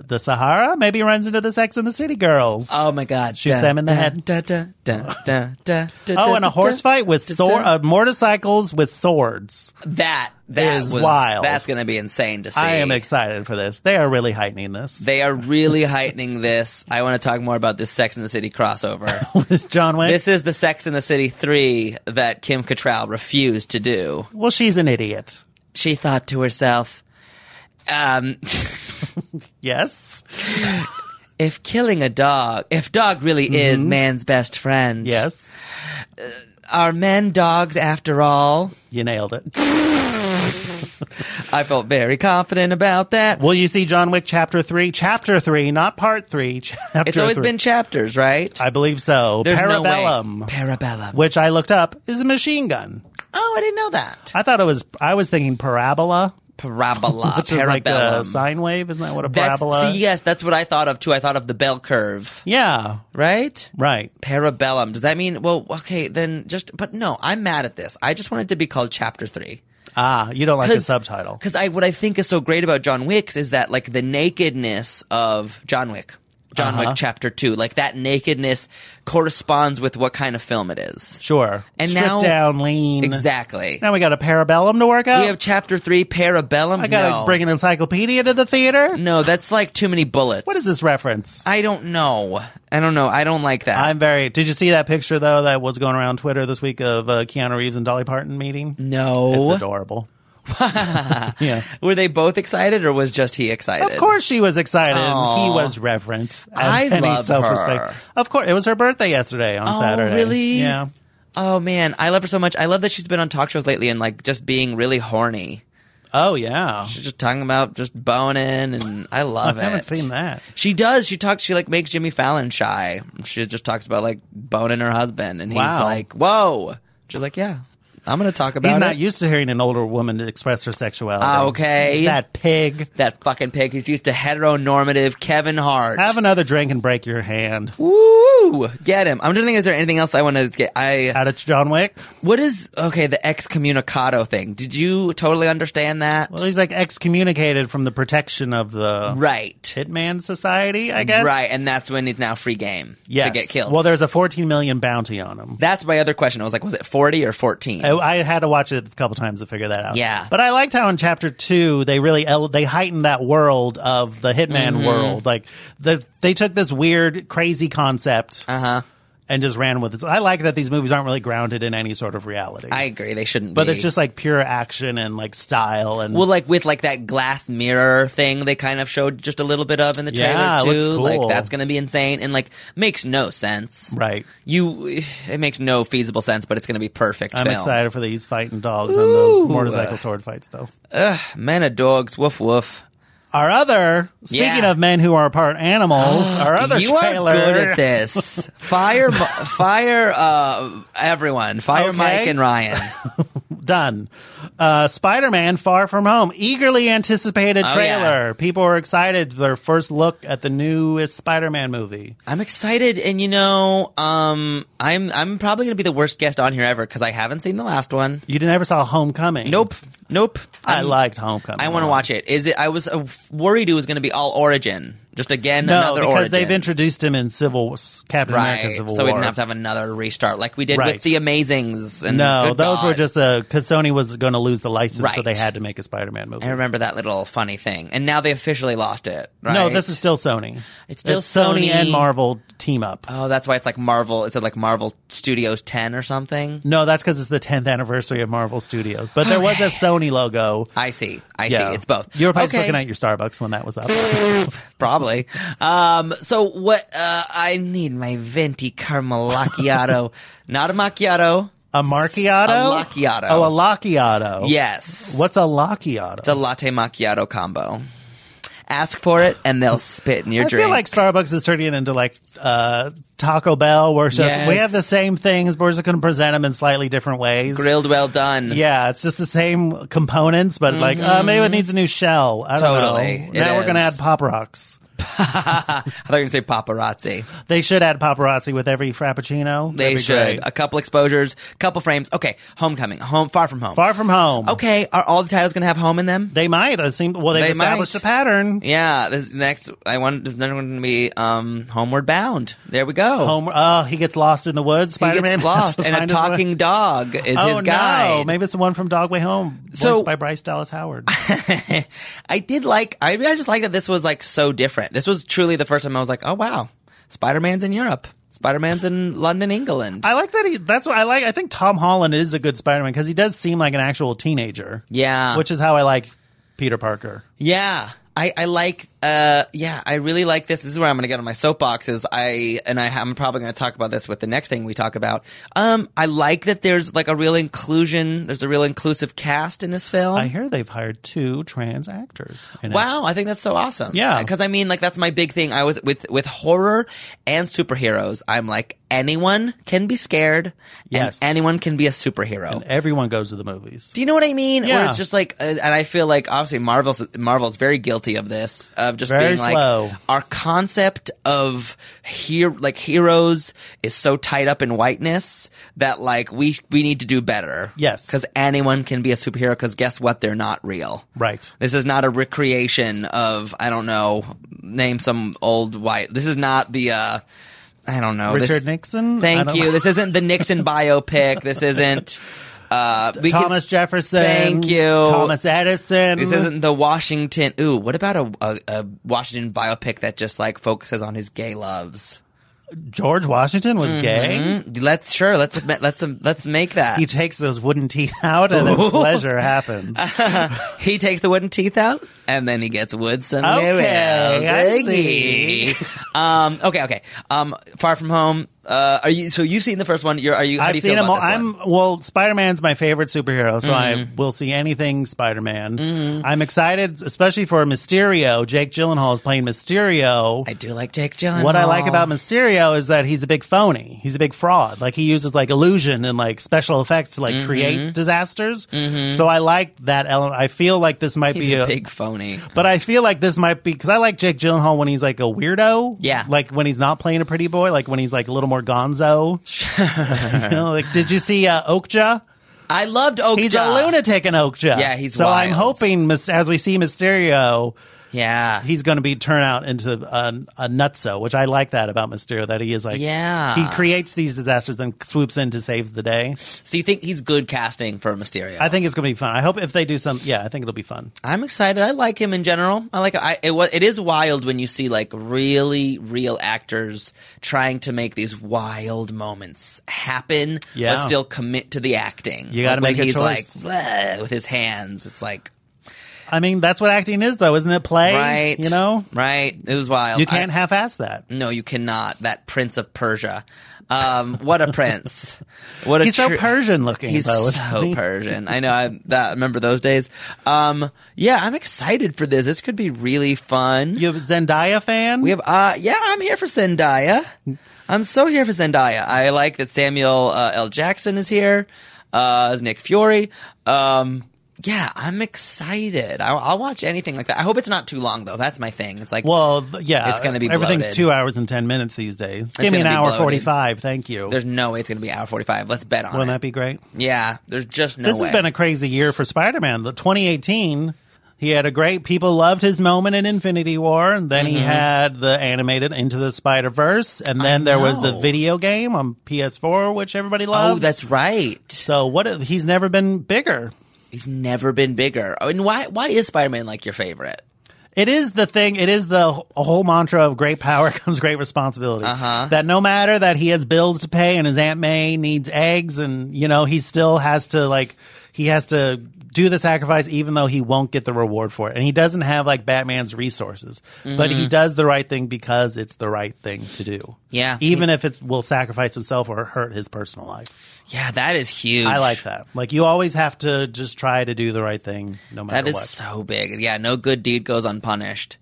Speaker 2: the Sahara? Maybe he runs into the Sex and the City girls.
Speaker 3: Oh my God!
Speaker 2: Shoots them in the head.
Speaker 3: Da, da, da, da, da, da,
Speaker 2: oh,
Speaker 3: da,
Speaker 2: and a
Speaker 3: da,
Speaker 2: horse
Speaker 3: da.
Speaker 2: fight with
Speaker 3: da,
Speaker 2: sword,
Speaker 3: da.
Speaker 2: uh, motorcycles with swords.
Speaker 3: That that
Speaker 2: is
Speaker 3: was
Speaker 2: wild.
Speaker 3: That's going to be insane to see.
Speaker 2: I am excited for this. They are really heightening this.
Speaker 3: They are really heightening this. I want to talk more about this Sex in the City crossover.
Speaker 2: With John Wick.
Speaker 3: this is the Sex in the City three that Kim Cattrall refused to do.
Speaker 2: well, she's an idiot.
Speaker 3: She thought to herself, um,
Speaker 2: Yes.
Speaker 3: "If killing a dog, if dog really is man's best
Speaker 2: Mm-hmm.
Speaker 3: friend,
Speaker 2: Yes.
Speaker 3: are men dogs after all?"
Speaker 2: You nailed it.
Speaker 3: I felt very confident about that.
Speaker 2: Will you see John Wick Chapter 3? Chapter 3, not Part 3. Chapter
Speaker 3: It's always
Speaker 2: 3.
Speaker 3: been chapters, right?
Speaker 2: I believe so.
Speaker 3: There's no way.
Speaker 2: Uh, Parabellum.
Speaker 3: Parabellum.
Speaker 2: Which I looked up is a machine gun.
Speaker 3: Oh, I didn't know that.
Speaker 2: I thought it was. I was thinking parabola,
Speaker 3: Parabola.
Speaker 2: which is
Speaker 3: Parabellum.
Speaker 2: like a sine wave. Isn't that what a
Speaker 3: That's-
Speaker 2: parabola?
Speaker 3: see, yes, that's what I thought of too. I thought of the bell curve,
Speaker 2: Yeah.
Speaker 3: right?
Speaker 2: Right.
Speaker 3: Parabellum. Does that mean? Well, okay, then just. But no, I'm mad at this. I just want it to be called Chapter Three.
Speaker 2: Ah, you don't like the
Speaker 3: 'Cause-
Speaker 2: subtitle.
Speaker 3: Because I, what I think is so great about John Wick's is that like the nakedness of John Wick, John
Speaker 2: Uh-huh.
Speaker 3: Wick Chapter Two, like that nakedness corresponds with what kind of film it is.
Speaker 2: Sure.
Speaker 3: And
Speaker 2: Stripped
Speaker 3: now-
Speaker 2: down, lean.
Speaker 3: Exactly.
Speaker 2: Now we got a parabellum to work out.
Speaker 3: we have Chapter Three, Parabellum.
Speaker 2: Oh. I gotta
Speaker 3: no.
Speaker 2: bring an encyclopedia to the theater.
Speaker 3: No, that's like too many bullets.
Speaker 2: What is this reference?
Speaker 3: I don't know. I don't know. I don't like that.
Speaker 2: I'm very. Did you see that picture though that was going around Twitter this week of uh, Keanu Reeves and Dolly Parton meeting? It's
Speaker 3: no.
Speaker 2: adorable. yeah.
Speaker 3: Were they both excited or was just he excited?
Speaker 2: Of course she was excited.
Speaker 3: Aw.
Speaker 2: He was reverent. As
Speaker 3: I
Speaker 2: any
Speaker 3: love
Speaker 2: self-respect.
Speaker 3: her.
Speaker 2: Of course. It was her birthday yesterday on
Speaker 3: Oh,
Speaker 2: Saturday.
Speaker 3: really?
Speaker 2: Yeah.
Speaker 3: Oh man, I love her so much. I love that she's been on talk shows lately and like just being really horny.
Speaker 2: Oh, yeah.
Speaker 3: She's just talking about just boning and I love
Speaker 2: I
Speaker 3: it.
Speaker 2: haven't seen that.
Speaker 3: She does. She talks she like makes Jimmy Fallon shy. She just talks about like boning her husband and he's
Speaker 2: Wow.
Speaker 3: like, "Whoa." She's like, "Yeah." I'm going to talk about
Speaker 2: He's
Speaker 3: it.
Speaker 2: not used to hearing an older woman express her sexuality.
Speaker 3: Ah, okay.
Speaker 2: That pig.
Speaker 3: that fucking pig who's used to heteronormative Kevin Hart.
Speaker 2: Have another drink and break your hand.
Speaker 3: Woo! Get him. I'm just thinking, is there anything else I want to get? I
Speaker 2: Out of John Wick.
Speaker 3: what is okay? The excommunicado thing. Did you totally understand that?
Speaker 2: Well, he's like excommunicated from the protection of the
Speaker 3: right,
Speaker 2: Hitman Society, I guess.
Speaker 3: right, and that's when he's now free game
Speaker 2: Yes.
Speaker 3: to get killed.
Speaker 2: Well, there's a 14 million bounty on him.
Speaker 3: that's my other question. I was like, was it 40 or 14?
Speaker 2: I, I had to watch it a couple times to figure that out.
Speaker 3: Yeah.
Speaker 2: but I liked how in chapter two they really ele- they heightened that world of the hitman
Speaker 3: Mm-hmm.
Speaker 2: world. Like the they took this weird, crazy concept
Speaker 3: Uh huh.
Speaker 2: and just ran with it. So I like that these movies aren't really grounded in any sort of reality.
Speaker 3: I agree. They shouldn't.
Speaker 2: but
Speaker 3: be.
Speaker 2: it's just like pure action and like style and
Speaker 3: Well, like with like that glass mirror thing, they kind of showed just a little bit of in the trailer
Speaker 2: Yeah, it
Speaker 3: too.
Speaker 2: looks cool.
Speaker 3: Like that's gonna be insane, and like makes no sense.
Speaker 2: right.
Speaker 3: You, it makes no feasible sense, but it's gonna be perfect.
Speaker 2: I'm
Speaker 3: film.
Speaker 2: excited for these fighting dogs and those
Speaker 3: Ooh.
Speaker 2: motorcycle sword fights, though.
Speaker 3: Men are dogs. Woof woof.
Speaker 2: Our other, speaking
Speaker 3: Yeah.
Speaker 2: of men who are part animals, our other
Speaker 3: you
Speaker 2: trailer.
Speaker 3: are good at this. Fire, Mo- fire, uh, everyone. Fire
Speaker 2: Okay.
Speaker 3: Mike and Ryan.
Speaker 2: done. Uh, Spider Man Far From Home, eagerly anticipated
Speaker 3: Oh,
Speaker 2: trailer. People were excited. Their first look at the newest Spider Man movie.
Speaker 3: I'm excited, and you know, um, I'm I'm probably gonna be the worst guest on here ever because I haven't seen the last one.
Speaker 2: You never saw Homecoming.
Speaker 3: Nope, nope.
Speaker 2: I
Speaker 3: I'm-
Speaker 2: liked Homecoming.
Speaker 3: I want to watch it. Is it? I was uh, worried it was going to be all origin, just again
Speaker 2: No,
Speaker 3: another
Speaker 2: because
Speaker 3: origin.
Speaker 2: they've introduced him in Civil Captain
Speaker 3: right,
Speaker 2: America Civil
Speaker 3: so we
Speaker 2: War.
Speaker 3: didn't have to have another restart like we did
Speaker 2: Right.
Speaker 3: with the Amazings. And
Speaker 2: no,
Speaker 3: Good
Speaker 2: those were
Speaker 3: God.
Speaker 2: just because Sony was going to lose the license, so
Speaker 3: Right.
Speaker 2: they had to make a Spider Man movie.
Speaker 3: I remember that little funny thing, and now they officially lost it. Right?
Speaker 2: No, this is still Sony.
Speaker 3: It's still
Speaker 2: Sony
Speaker 3: Sony.
Speaker 2: and Marvel team up.
Speaker 3: Oh, that's why it's like Marvel. Is it like Marvel Studios 10 or something?
Speaker 2: No, that's because it's the 10th anniversary of Marvel Studios. But there was a Sony logo.
Speaker 3: I see. I
Speaker 2: Yeah.
Speaker 3: see. It's both.
Speaker 2: You were probably just
Speaker 3: Okay.
Speaker 2: looking at your Starbucks when that was up.
Speaker 3: Probably. Um, so what, uh, I need my venti caramel macchiato. Not a macchiato.
Speaker 2: A macchiato?
Speaker 3: A macchiato.
Speaker 2: Oh, a lacchiato.
Speaker 3: Yes.
Speaker 2: What's a lacchiato?
Speaker 3: It's a latte macchiato combo. Ask for it and they'll spit in your
Speaker 2: I
Speaker 3: drink.
Speaker 2: feel like Starbucks is turning into like uh, Taco Bell, where it's just,
Speaker 3: Yes.
Speaker 2: we have the same things, but we're just going to present them in slightly different ways.
Speaker 3: grilled well done.
Speaker 2: Yeah, it's just the same components, but like uh, maybe it needs a new shell. I don't
Speaker 3: Mm-hmm. Totally.
Speaker 2: know.
Speaker 3: It
Speaker 2: Now we're going to add
Speaker 3: is.
Speaker 2: Pop Rocks.
Speaker 3: I thought you were going to say paparazzi.
Speaker 2: They should add paparazzi with every frappuccino. That'd
Speaker 3: They
Speaker 2: be
Speaker 3: should.
Speaker 2: great.
Speaker 3: A couple exposures, couple frames. Okay, homecoming, home, far from home.
Speaker 2: Far from home.
Speaker 3: okay, are all the titles going to have home in them?
Speaker 2: They might. It seemed, well, they've
Speaker 3: They
Speaker 2: established a
Speaker 3: might.
Speaker 2: pattern.
Speaker 3: Yeah, this next I want there's another one going to be um Homeward Bound. There we go.
Speaker 2: Home. Oh, he gets lost in the woods.
Speaker 3: he
Speaker 2: Spider Man
Speaker 3: gets lost, and a talking dog is
Speaker 2: oh,
Speaker 3: his guy.
Speaker 2: No. Maybe it's the one from Dog Way Home, voiced
Speaker 3: So-
Speaker 2: by Bryce Dallas Howard.
Speaker 3: I did like. I, I just like that this was like so different. This was truly the first time I was like, oh wow, Spider Man's in Europe. Spider Man's in London, England.
Speaker 2: I like that. He. That's what I like. I think Tom Holland is a good Spider Man because he does seem like an actual teenager.
Speaker 3: yeah,
Speaker 2: which is how I like Peter Parker.
Speaker 3: yeah. I, I like. Uh, yeah, I really like this. This is where I'm going to get on my soapbox. Is I and I, I'm probably going to talk about this with the next thing we talk about. Um, I like that there's like a real inclusion. There's a real inclusive cast in this film.
Speaker 2: I hear they've hired two trans actors. in it.
Speaker 3: Wow, I think that's so awesome.
Speaker 2: Yeah.
Speaker 3: because I mean, like that's my big thing. I was with with horror and superheroes. I'm like anyone can be scared.
Speaker 2: Yes.
Speaker 3: and anyone can be a superhero.
Speaker 2: Everyone goes to the movies.
Speaker 3: do you know what I mean?
Speaker 2: Yeah.
Speaker 3: Where it's just like, uh, and I feel like obviously Marvel's Marvel's very guilty of this, of just
Speaker 2: Very
Speaker 3: being like
Speaker 2: slow.
Speaker 3: our concept of here like heroes is so tied up in whiteness that like we we need to do better.
Speaker 2: Yes.
Speaker 3: because anyone can be a superhero. Because guess what? They're not real.
Speaker 2: Right.
Speaker 3: This is not a recreation of I don't know, name some old white. This is not the uh I don't know. this-
Speaker 2: Richard Nixon. I
Speaker 3: Thank
Speaker 2: don't-
Speaker 3: you. This isn't the Nixon biopic. This isn't uh we can-
Speaker 2: Thomas Jefferson.
Speaker 3: Thank you.
Speaker 2: Thomas Edison.
Speaker 3: this isn't the Washington. Ooh, what about a, a a Washington biopic that just like focuses on his gay loves?
Speaker 2: George Washington was gay.
Speaker 3: Mm, Let's sure. Let's admit- let's um, let's make that.
Speaker 2: He takes those wooden teeth out, and then pleasure happens.
Speaker 3: He takes the wooden teeth out, and then he gets wood somewhere
Speaker 2: Okay,
Speaker 3: else.
Speaker 2: I
Speaker 3: Iggy. Um, okay, okay. Um, Far From Home, Uh, are you? So you've seen the first one? You're, are you? How do you
Speaker 2: I've seen
Speaker 3: feel
Speaker 2: him.
Speaker 3: about
Speaker 2: all-
Speaker 3: this
Speaker 2: I'm
Speaker 3: one? Mm-hmm.
Speaker 2: well. Spider Man's my favorite superhero, so I will see anything Spider Man. I'm excited, especially for Mysterio. Jake Gyllenhaal is playing Mysterio.
Speaker 3: I do like Jake Gyllenhaal.
Speaker 2: what I like about Mysterio is that he's a big phony. He's a big fraud. Like he uses like illusion and like special effects to like
Speaker 3: Mm-hmm.
Speaker 2: create disasters. So I like that element. I feel like this might
Speaker 3: he's
Speaker 2: be
Speaker 3: a big phony.
Speaker 2: But I feel like this might be because I like Jake Gyllenhaal when he's like a weirdo.
Speaker 3: Yeah.
Speaker 2: like when he's not playing a pretty boy. Like when he's like a little more gonzo. you know, like did you see uh, Okja?
Speaker 3: I loved Okja.
Speaker 2: He's a lunatic in Okja.
Speaker 3: Yeah, he's
Speaker 2: so I'm
Speaker 3: wild.
Speaker 2: hoping mis- as we see Mysterio,
Speaker 3: Yeah.
Speaker 2: he's going to be turn out into a, a nutso, which I like that about Mysterio that he is like
Speaker 3: Yeah.
Speaker 2: he creates these disasters then swoops in to save the day.
Speaker 3: so you think he's good casting for Mysterio?
Speaker 2: I think it's going to be fun. I hope if they do some, yeah, I think it'll be fun.
Speaker 3: I'm excited. I like him in general. I like I it was it is wild when you see like really real actors trying to make these wild moments happen
Speaker 2: Yeah.
Speaker 3: but still commit to the acting.
Speaker 2: You gotta
Speaker 3: like,
Speaker 2: make a
Speaker 3: when he's
Speaker 2: choice.
Speaker 3: like "Bleh," with his hands. It's like
Speaker 2: I mean, that's what acting is, though, isn't it? Play,
Speaker 3: right.
Speaker 2: You know,
Speaker 3: Right. It was wild.
Speaker 2: you can't
Speaker 3: I-
Speaker 2: half-ass that.
Speaker 3: no, you cannot. That prince of Persia. Um, what a prince. What a
Speaker 2: He's so
Speaker 3: tru-
Speaker 2: Persian looking.
Speaker 3: He's
Speaker 2: though, isn't
Speaker 3: so
Speaker 2: he?
Speaker 3: Persian. I know. I that, remember those days. Um, yeah, I'm excited for this. This could be really fun.
Speaker 2: You have a Zendaya fan?
Speaker 3: We have, uh, yeah, I'm here for Zendaya. I'm so here for Zendaya. I like that Samuel uh, L. Jackson is here, uh, as Nick Fury. Um, yeah, I'm excited. I'll, I'll watch anything like that. I hope it's not too long though. That's my thing. It's like,
Speaker 2: well, th- yeah,
Speaker 3: It's gonna be
Speaker 2: everything's
Speaker 3: bloated.
Speaker 2: two hours and ten minutes these days. Give me an
Speaker 3: gonna be
Speaker 2: hour
Speaker 3: bloated.
Speaker 2: forty-five. Thank you.
Speaker 3: there's no way it's gonna be hour 45. Let's bet on
Speaker 2: Wouldn't
Speaker 3: it.
Speaker 2: that be great?
Speaker 3: yeah, there's just no
Speaker 2: this
Speaker 3: way.
Speaker 2: has been a crazy year for Spider-Man. The 2018, he had a great. People loved his moment in Infinity War, and then
Speaker 3: Mm-hmm.
Speaker 2: he had the animated Into the Spider Verse, and then there was the
Speaker 3: know.
Speaker 2: video game on PS4, which everybody
Speaker 3: oh,
Speaker 2: loved.
Speaker 3: that's right.
Speaker 2: so. What if- he's never been bigger.
Speaker 3: He's never been bigger. Oh, and why? Why is Spider-Man like your favorite?
Speaker 2: It is the thing. It is the wh- whole mantra of great power comes great responsibility. Uh-huh. That no matter that he has bills to pay and his aunt May needs eggs, and you know he still has to like he has to do the sacrifice even though he won't get the reward for it, and he doesn't have like Batman's resources, but
Speaker 3: Mm-hmm.
Speaker 2: he does the right thing because it's the right thing to do.
Speaker 3: Yeah.
Speaker 2: even if it will sacrifice himself or hurt his personal life.
Speaker 3: Yeah, that is huge.
Speaker 2: I like that. Like you always have to just try to do the right thing, no matter
Speaker 3: That is
Speaker 2: what.
Speaker 3: so big. Yeah, no good deed goes unpunished.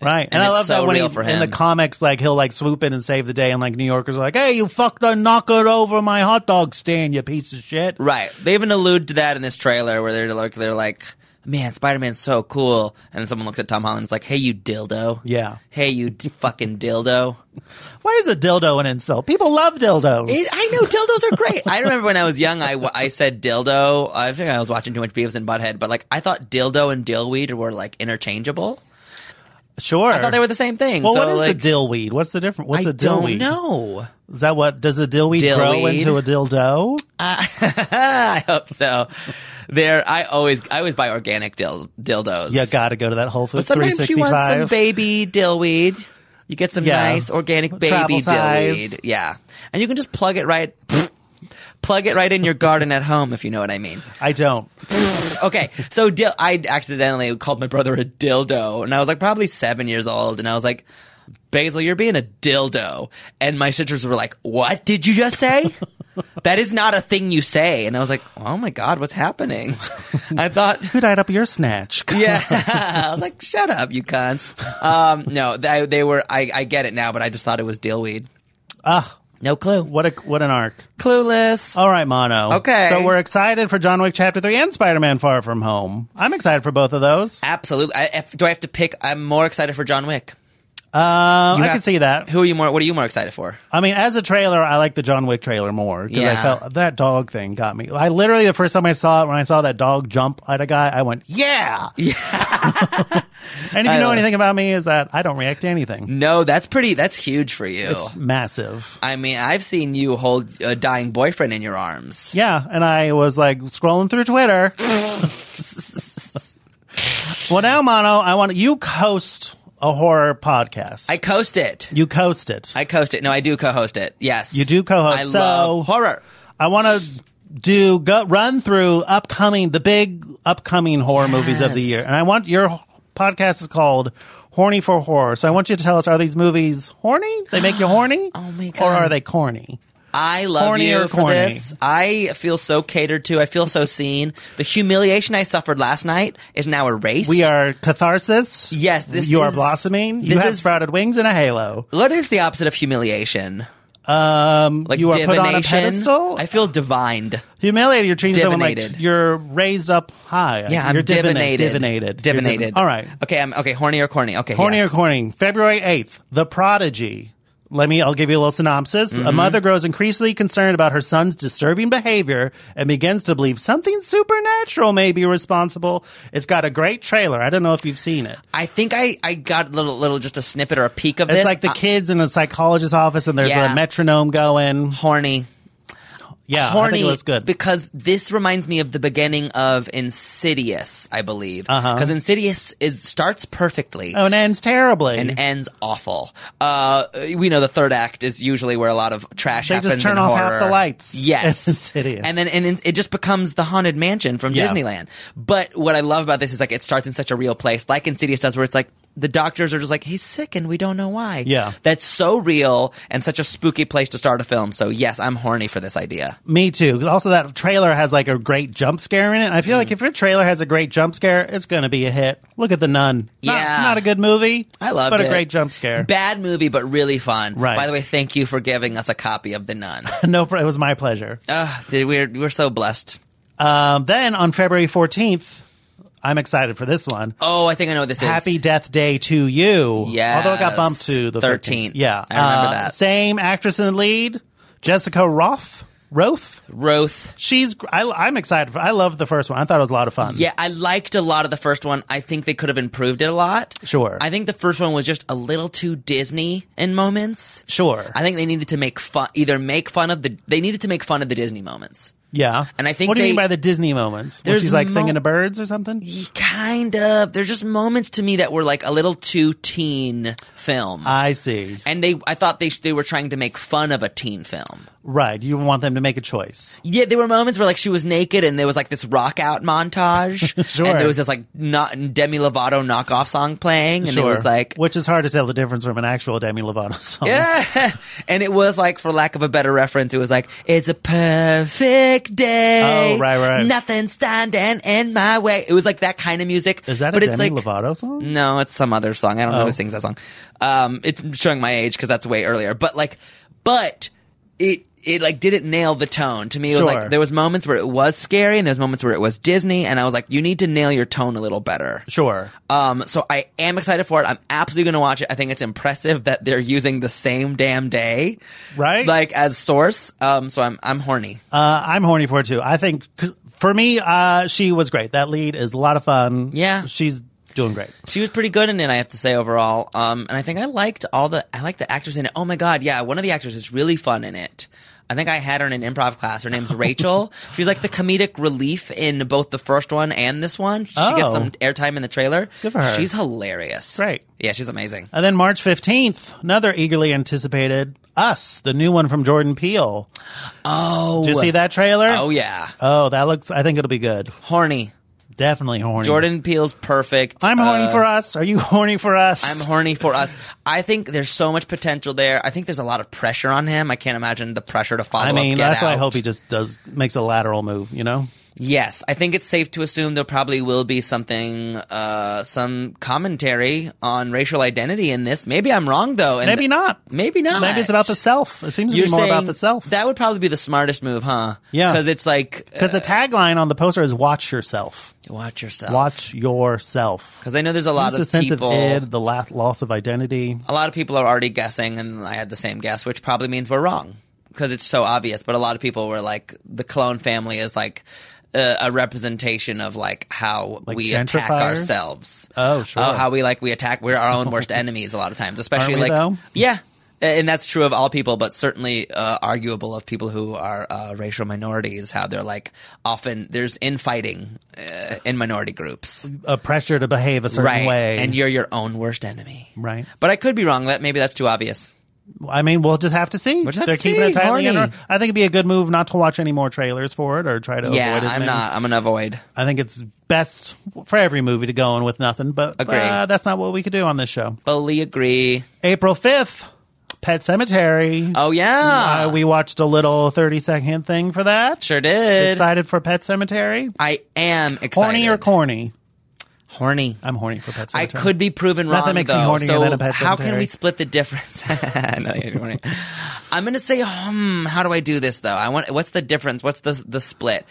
Speaker 2: Right. And,
Speaker 3: And
Speaker 2: I
Speaker 3: it's
Speaker 2: love
Speaker 3: so
Speaker 2: that when
Speaker 3: real
Speaker 2: he's
Speaker 3: for
Speaker 2: in the
Speaker 3: him.
Speaker 2: comics, like he'll like swoop in and save the day and like New Yorkers are like, Hey, you fucked a knock it over my hot dog stand, you piece of shit.
Speaker 3: Right. They even allude to that in this trailer where they're like, they're like, man, Spider Man's so cool. And someone looks at Tom Holland and it's like, hey, you dildo.
Speaker 2: Yeah.
Speaker 3: Hey, you d- fucking dildo.
Speaker 2: Why is a dildo an insult? People love dildos.
Speaker 3: It- I know dildos are great. I remember when I was young, I, w- I said dildo. I think I was watching too much Beavis and Butthead, but like I thought dildo and dillweed were like interchangeable.
Speaker 2: sure.
Speaker 3: I thought they were the same thing.
Speaker 2: well,
Speaker 3: so
Speaker 2: what is
Speaker 3: like,
Speaker 2: the dillweed? What's the difference? What's a
Speaker 3: I don't
Speaker 2: dillweed?
Speaker 3: know.
Speaker 2: Is that what does a dillweed, grow
Speaker 3: Dillweed.
Speaker 2: into a dildo?
Speaker 3: I hope so. There, I always I always buy organic dil- dildos.
Speaker 2: you gotta go to that Whole
Speaker 3: But
Speaker 2: Foods three
Speaker 3: sometimes
Speaker 2: sixty
Speaker 3: you want some
Speaker 2: five.
Speaker 3: baby dillweed. You get some
Speaker 2: Yeah.
Speaker 3: nice organic baby
Speaker 2: Travel size.
Speaker 3: dillweed. Yeah. And you can just plug it right plug it right in your garden at home if you know what I mean.
Speaker 2: I don't.
Speaker 3: Okay. So dil- I accidentally called my brother a dildo and I was like probably 7 years old and I was like Basil, you're being a dildo. And my sisters were like, What did you just say? that is not a thing you say. And I was like, Oh my God, what's happening? I thought,
Speaker 2: Who died up your snatch?
Speaker 3: yeah, I was like, "Shut up, you cunts." Um, no, they, they were. I, I get it now, but I just thought it was dillweed.
Speaker 2: Ugh.
Speaker 3: No clue. Oh.
Speaker 2: What a what an arc.
Speaker 3: Clueless.
Speaker 2: All right, Mono.
Speaker 3: Okay.
Speaker 2: So we're excited for John Wick Chapter 3 and Spider Man Far From Home. I'm excited for both of those.
Speaker 3: Absolutely. I, if, do I have to pick? I'm more excited for John Wick.
Speaker 2: Uh,
Speaker 3: You
Speaker 2: I
Speaker 3: have-
Speaker 2: can see that.
Speaker 3: Who are you more? What are you more excited for?
Speaker 2: I mean, as a trailer, I like the John Wick trailer more because I
Speaker 3: Yeah.
Speaker 2: felt that dog thing got me. I literally the first time I saw it, when I saw that dog jump at a guy, I went, "Yeah." Yeah. and if you know
Speaker 3: I-
Speaker 2: anything about me, is that I don't react to anything.
Speaker 3: No, that's pretty. That's huge for you.
Speaker 2: Massive.
Speaker 3: I mean, I've seen you hold a dying boyfriend in your arms.
Speaker 2: Yeah, and I was like scrolling through Twitter. well, now, Mono, I want you host a horror podcast.
Speaker 3: I coast it.
Speaker 2: you coast it.
Speaker 3: I coast it. No, I do co-host it. Yes,
Speaker 2: You do co-host.
Speaker 3: I
Speaker 2: So-
Speaker 3: love horror.
Speaker 2: I want to do go run through upcoming the big upcoming horror movies of the
Speaker 3: Yes.
Speaker 2: year, and I want your podcast is called Horny for Horror. So I want you to tell us: Are these movies horny? They make you horny?
Speaker 3: Oh my
Speaker 2: Or
Speaker 3: God.
Speaker 2: are they corny?
Speaker 3: I love
Speaker 2: Horny
Speaker 3: you
Speaker 2: or
Speaker 3: for
Speaker 2: corny?
Speaker 3: this. I feel so catered to. I feel so seen. The humiliation I suffered last night is now erased.
Speaker 2: We are catharsis.
Speaker 3: Yes, this
Speaker 2: you are
Speaker 3: is-
Speaker 2: blossoming. You
Speaker 3: this
Speaker 2: have
Speaker 3: is-
Speaker 2: sprouted wings and a halo.
Speaker 3: What is the opposite of humiliation?
Speaker 2: Um,
Speaker 3: Like
Speaker 2: you are
Speaker 3: divination.
Speaker 2: put on a pedestal.
Speaker 3: I feel divined.
Speaker 2: Humiliated. You're treating someone
Speaker 3: Divinated.
Speaker 2: like you're raised up high.
Speaker 3: Yeah, I'm
Speaker 2: you're divina-
Speaker 3: divinated.
Speaker 2: Divinated. You're
Speaker 3: Divinated.
Speaker 2: divi- All right.
Speaker 3: Okay. I'm okay. Horny or corny? Okay.
Speaker 2: Horny
Speaker 3: yes.
Speaker 2: or Corning, February 8th, The Prodigy. Let me, I'll give you a little synopsis. A
Speaker 3: Mm-hmm.
Speaker 2: mother grows increasingly concerned about her son's disturbing behavior and begins to believe something supernatural may be responsible. It's got a great trailer. I don't know if you've seen it.
Speaker 3: I think I I got a little little just a snippet or a peek of
Speaker 2: It's
Speaker 3: this.
Speaker 2: like the
Speaker 3: Uh,
Speaker 2: kids in a psychologist's office and there's
Speaker 3: Yeah.
Speaker 2: a metronome going.
Speaker 3: horny.
Speaker 2: Yeah, I
Speaker 3: horny
Speaker 2: think it looks good.
Speaker 3: because this reminds me of the beginning of Insidious, I believe. Because
Speaker 2: Uh-huh.
Speaker 3: Insidious is starts perfectly.
Speaker 2: oh, and ends terribly.
Speaker 3: and ends awful. Uh, we know the third act is usually where a lot of trash
Speaker 2: They just
Speaker 3: happens.
Speaker 2: turn
Speaker 3: in
Speaker 2: off
Speaker 3: horror.
Speaker 2: half the lights.
Speaker 3: Yes,
Speaker 2: It's hideous.
Speaker 3: And then and then it just becomes the haunted mansion from
Speaker 2: Yeah.
Speaker 3: Disneyland. But what I love about this is like it starts in such a real place, like Insidious does, where it's like. The doctors are just like he's sick and we don't know why.
Speaker 2: Yeah.
Speaker 3: that's so real and such a spooky place to start a film. So yes, I'm horny for this idea.
Speaker 2: Me too. 'Cause Also, that trailer has like a great jump scare in it. I feel
Speaker 3: Mm.
Speaker 2: like if your trailer has a great jump scare, it's going to be a hit. Look at the Nun. Not-
Speaker 3: Yeah.
Speaker 2: not, a good movie.
Speaker 3: I love
Speaker 2: but
Speaker 3: it.
Speaker 2: a great jump scare.
Speaker 3: Bad movie, but really fun.
Speaker 2: Right.
Speaker 3: By the way, thank you for giving us a copy of The Nun.
Speaker 2: no, it was my pleasure.
Speaker 3: Ugh, we're we're so blessed.
Speaker 2: Um, then on February fourteenth, I'm excited for this one.
Speaker 3: Oh, I think I know what this is.
Speaker 2: Happy Death Day to you.
Speaker 3: Yes.
Speaker 2: Although it got bumped to the
Speaker 3: 13th.
Speaker 2: 13th. Yeah.
Speaker 3: I remember
Speaker 2: Uh,
Speaker 3: that.
Speaker 2: Same actress in the lead, Jessica Roth. Roth.
Speaker 3: Roth.
Speaker 2: She's. gr- I, I'm excited. For, I loved the first one. I thought it was a lot of fun.
Speaker 3: Yeah, I liked a lot of the first one. I think they could have improved it a lot.
Speaker 2: Sure.
Speaker 3: I think the first one was just a little too Disney in moments.
Speaker 2: Sure.
Speaker 3: I think they needed to make fun, either make fun of the, they needed to make fun of the Disney moments.
Speaker 2: Yeah.
Speaker 3: And I think
Speaker 2: What do you
Speaker 3: they-
Speaker 2: mean by the Disney moments? Where
Speaker 3: There's
Speaker 2: she's like
Speaker 3: mo-
Speaker 2: singing to birds or something?
Speaker 3: Kind of. There's just moments to me that were like a little too teen film.
Speaker 2: I see.
Speaker 3: and they, I thought they, sh- they were trying to make fun of a teen film.
Speaker 2: Right. You want them to make a choice.
Speaker 3: Yeah, there were moments where like she was naked and there was like this rock out montage.
Speaker 2: Sure.
Speaker 3: And there was this like not Demi Lovato knockoff song playing. And it was like,
Speaker 2: Which is hard to tell the difference from an actual Demi Lovato song.
Speaker 3: Yeah. And it was like, for lack of a better reference, it was like, it's a perfect day.
Speaker 2: Oh, right, right.
Speaker 3: Nothing standing in my way. It was like that kind of music.
Speaker 2: Is that
Speaker 3: but
Speaker 2: a
Speaker 3: it's
Speaker 2: Demi
Speaker 3: like, Mm.
Speaker 2: Lovato song?
Speaker 3: No, it's some other song. I don't know who
Speaker 2: Oh.
Speaker 3: sings that song. Um, it's showing my age because that's way earlier. But like, but it, it like didn't nail the tone to me. It was like
Speaker 2: Sure.
Speaker 3: there was moments where it was scary and there was moments where it was Disney, and I was like, you need to nail your tone a little better.
Speaker 2: Sure.
Speaker 3: Um, so I am excited for it. I'm absolutely going to watch it. I think it's impressive that they're using the same damn day,
Speaker 2: Right?
Speaker 3: Like as source. Um, so I'm I'm horny.
Speaker 2: Uh, I'm horny for it too. I think, for me, uh, she was great. That lead is a lot of fun.
Speaker 3: Yeah.
Speaker 2: She's doing great.
Speaker 3: She was pretty good in it, I have to say overall. Um, and I think I liked all the I like the actors in it. Oh my god, yeah, one of the actors is really fun in it. I think I had her in an improv class. Her name's Rachel. She's like the comedic relief in both the first one and this one. She gets
Speaker 2: Oh.
Speaker 3: some airtime in the trailer.
Speaker 2: Good for her.
Speaker 3: She's hilarious.
Speaker 2: Great.
Speaker 3: Yeah, she's amazing.
Speaker 2: And then March 15th, another eagerly anticipated Us, the new one from Jordan Peele.
Speaker 3: Oh,
Speaker 2: Did you see that trailer?
Speaker 3: oh yeah,
Speaker 2: Oh, that looks, I think it'll be good.
Speaker 3: horny.
Speaker 2: Definitely horny.
Speaker 3: Jordan Peele's perfect.
Speaker 2: I'm horny
Speaker 3: Uh,
Speaker 2: for us. Are you horny for us?
Speaker 3: I'm horny for us. I think there's so much potential there. I think there's a lot of pressure on him. I can't imagine the pressure to follow.
Speaker 2: I mean,
Speaker 3: up, Get
Speaker 2: that's why I
Speaker 3: Out.
Speaker 2: hope he just does makes a lateral move. You know,
Speaker 3: Yes, I think it's safe to assume there probably will be something, uh, some commentary on racial identity in this. Maybe I'm wrong though. And
Speaker 2: maybe not.
Speaker 3: Maybe not.
Speaker 2: Maybe it's about the self. It seems to
Speaker 3: You're
Speaker 2: be more
Speaker 3: saying
Speaker 2: about the self.
Speaker 3: That would probably be the smartest move, huh?
Speaker 2: Yeah.
Speaker 3: Because it's like uh,
Speaker 2: Because the tagline on the poster is "Watch yourself."
Speaker 3: watch yourself.
Speaker 2: Watch yourself.
Speaker 3: Because I know there's a lot
Speaker 2: It's the
Speaker 3: of
Speaker 2: sense
Speaker 3: people.
Speaker 2: of id, the la- loss of identity.
Speaker 3: a lot of people are already guessing, and I had the same guess, which probably means we're wrong because it's so obvious. But a lot of people were like, the clone family is like uh, a representation of like how we attack
Speaker 2: gentrifiers?
Speaker 3: ourselves.
Speaker 2: Oh, sure.
Speaker 3: how we like we attack. We're our own worst enemies a lot of times, especially
Speaker 2: Aren't we, though?
Speaker 3: like yeah. And that's true of all people, but certainly uh, arguable of people who are uh, racial minorities. How they're like often there's infighting uh, in minority groups,
Speaker 2: A pressure to behave a certain
Speaker 3: right?
Speaker 2: way.
Speaker 3: And you're your own worst enemy,
Speaker 2: right.
Speaker 3: But I could be wrong. That maybe that's too obvious.
Speaker 2: I mean, we'll just have to see.
Speaker 3: We'll just have
Speaker 2: They're
Speaker 3: to
Speaker 2: keeping
Speaker 3: see.
Speaker 2: it tightly.
Speaker 3: Horny.
Speaker 2: under- I think it'd be a good move not to watch any more trailers for it or try to
Speaker 3: yeah,
Speaker 2: avoid it.
Speaker 3: I'm
Speaker 2: maybe.
Speaker 3: not. I'm gonna avoid.
Speaker 2: I think it's best for every movie to go in with nothing, but
Speaker 3: Agree.
Speaker 2: uh, that's not what we could do on this show.
Speaker 3: Fully agree.
Speaker 2: April 5th, Pet Cemetery.
Speaker 3: Oh yeah,
Speaker 2: Uh, we watched a little 30 second thing for that.
Speaker 3: sure did.
Speaker 2: Excited for Pet Cemetery?
Speaker 3: I am excited.
Speaker 2: Horny or corny?
Speaker 3: horny?
Speaker 2: I'm horny for Pet
Speaker 3: I
Speaker 2: Cemetery.
Speaker 3: could be proven
Speaker 2: Nothing
Speaker 3: wrong
Speaker 2: makes me
Speaker 3: though.
Speaker 2: hornier
Speaker 3: so
Speaker 2: than a pet
Speaker 3: how can
Speaker 2: cemetery.
Speaker 3: we split the difference? I know you're horny. I'm gonna say, hmm, how do I do this though? I want. What's the difference? What's the the split?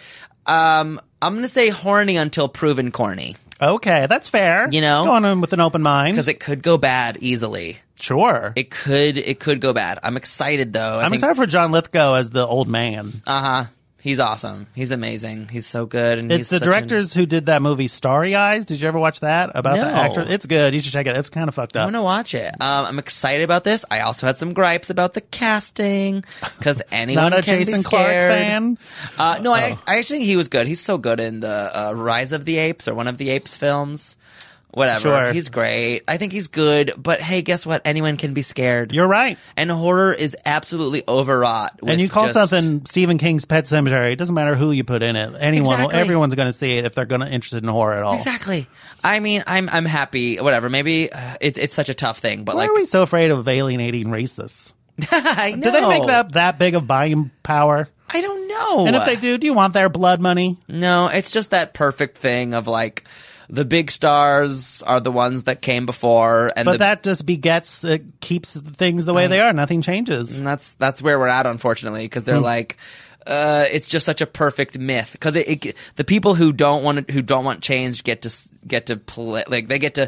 Speaker 3: Um, I'm gonna say horny until proven corny
Speaker 2: Okay, that's fair.
Speaker 3: You know?
Speaker 2: Going in with an open mind.
Speaker 3: because it could go bad easily.
Speaker 2: sure.
Speaker 3: It could. It could go bad. I'm excited though. I
Speaker 2: I'm excited for John Lithgow as the old man.
Speaker 3: Uh huh. He's awesome. He's amazing. He's so good. And he's
Speaker 2: it's the
Speaker 3: such an-
Speaker 2: directors who did that movie Starry Eyes. Did you ever watch that about the
Speaker 3: No.
Speaker 2: actor? It's good. You should check it. It's kind of fucked up.
Speaker 3: I'm gonna watch it. Um, I'm excited about this. I also had some gripes about the casting because anyone
Speaker 2: Not a
Speaker 3: can be
Speaker 2: Jason Clark
Speaker 3: scared.
Speaker 2: fan. Oh.
Speaker 3: Uh, no, I, I actually think he was good. He's so good in the uh, Rise of the Apes or one of the Apes films. Whatever.
Speaker 2: Sure.
Speaker 3: He's great. I think he's good. But hey, guess what? Anyone can be scared.
Speaker 2: You're right.
Speaker 3: and horror is absolutely overwrought. With
Speaker 2: and you call
Speaker 3: just-
Speaker 2: something Stephen King's Pet Cemetery. It doesn't matter who you put in it. Anyone,
Speaker 3: Exactly.
Speaker 2: everyone's going to see it if they're going to interested in horror at all.
Speaker 3: Exactly. I mean, I'm I'm happy. Whatever. Maybe uh, it, it's such a tough thing, but
Speaker 2: Why
Speaker 3: like,
Speaker 2: are we so afraid of alienating racists?
Speaker 3: I
Speaker 2: Do
Speaker 3: know.
Speaker 2: they make that that big of buying power?
Speaker 3: I don't know.
Speaker 2: And if they do, do you want their blood money?
Speaker 3: No, it's just that perfect thing of like the big stars are the ones that came before, and
Speaker 2: But
Speaker 3: the,
Speaker 2: that just begets, it keeps things the way they are. Nothing changes.
Speaker 3: and that's that's where we're at, unfortunately, because
Speaker 2: Hmm.
Speaker 3: they're like. Uh, it's just such a perfect myth because it, it, the people who don't want to, who don't want change get to s- get to pl- like they get to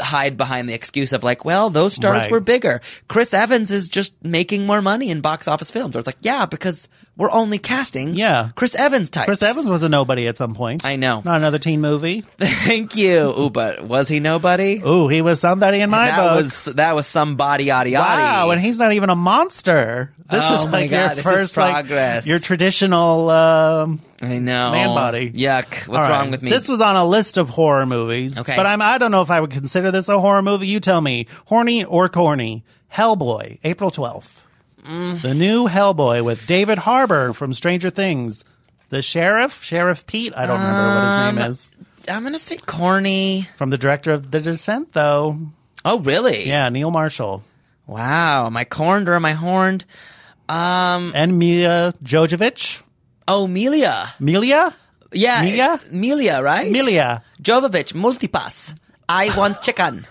Speaker 3: hide behind the excuse of like, well, those stars
Speaker 2: Right.
Speaker 3: were bigger. Chris Evans is just making more money in box office films. Or it's like, yeah, because we're only casting
Speaker 2: Yeah.
Speaker 3: Chris Evans types.
Speaker 2: Chris Evans was a nobody at some point.
Speaker 3: Mm. I know.
Speaker 2: Not another teen movie.
Speaker 3: Thank you. Ooh, but was he nobody?
Speaker 2: Ooh, he was somebody in my
Speaker 3: that
Speaker 2: book.
Speaker 3: was that was some body yada yada.
Speaker 2: Wow, and he's not even a monster. This
Speaker 3: Oh
Speaker 2: is
Speaker 3: my
Speaker 2: like
Speaker 3: God,
Speaker 2: your
Speaker 3: this is
Speaker 2: first like,
Speaker 3: progress.
Speaker 2: your traditional um,
Speaker 3: I know
Speaker 2: Man body.
Speaker 3: Yuck! What's
Speaker 2: All right.
Speaker 3: wrong with me?
Speaker 2: This was on a list of horror movies.
Speaker 3: Okay.
Speaker 2: But I'm, I don't know if I would consider this a horror movie. You tell me. Horny or corny? Hellboy, April 12th.
Speaker 3: Mm.
Speaker 2: The new Hellboy with David Harbour from Stranger Things. The sheriff, Sheriff Pete, I don't remember
Speaker 3: Um,
Speaker 2: what his name is.
Speaker 3: I'm gonna say corny.
Speaker 2: From the director of The Descent, though.
Speaker 3: Oh really?
Speaker 2: Yeah, Neil Marshall.
Speaker 3: Wow. Am I corned or am I horned? Mm.
Speaker 2: And Mia Jojovic.
Speaker 3: Oh, Melia.
Speaker 2: Melia?
Speaker 3: Yeah.
Speaker 2: Mia?
Speaker 3: Melia, right?
Speaker 2: Melia.
Speaker 3: Jovovich, multipass. I want chicken.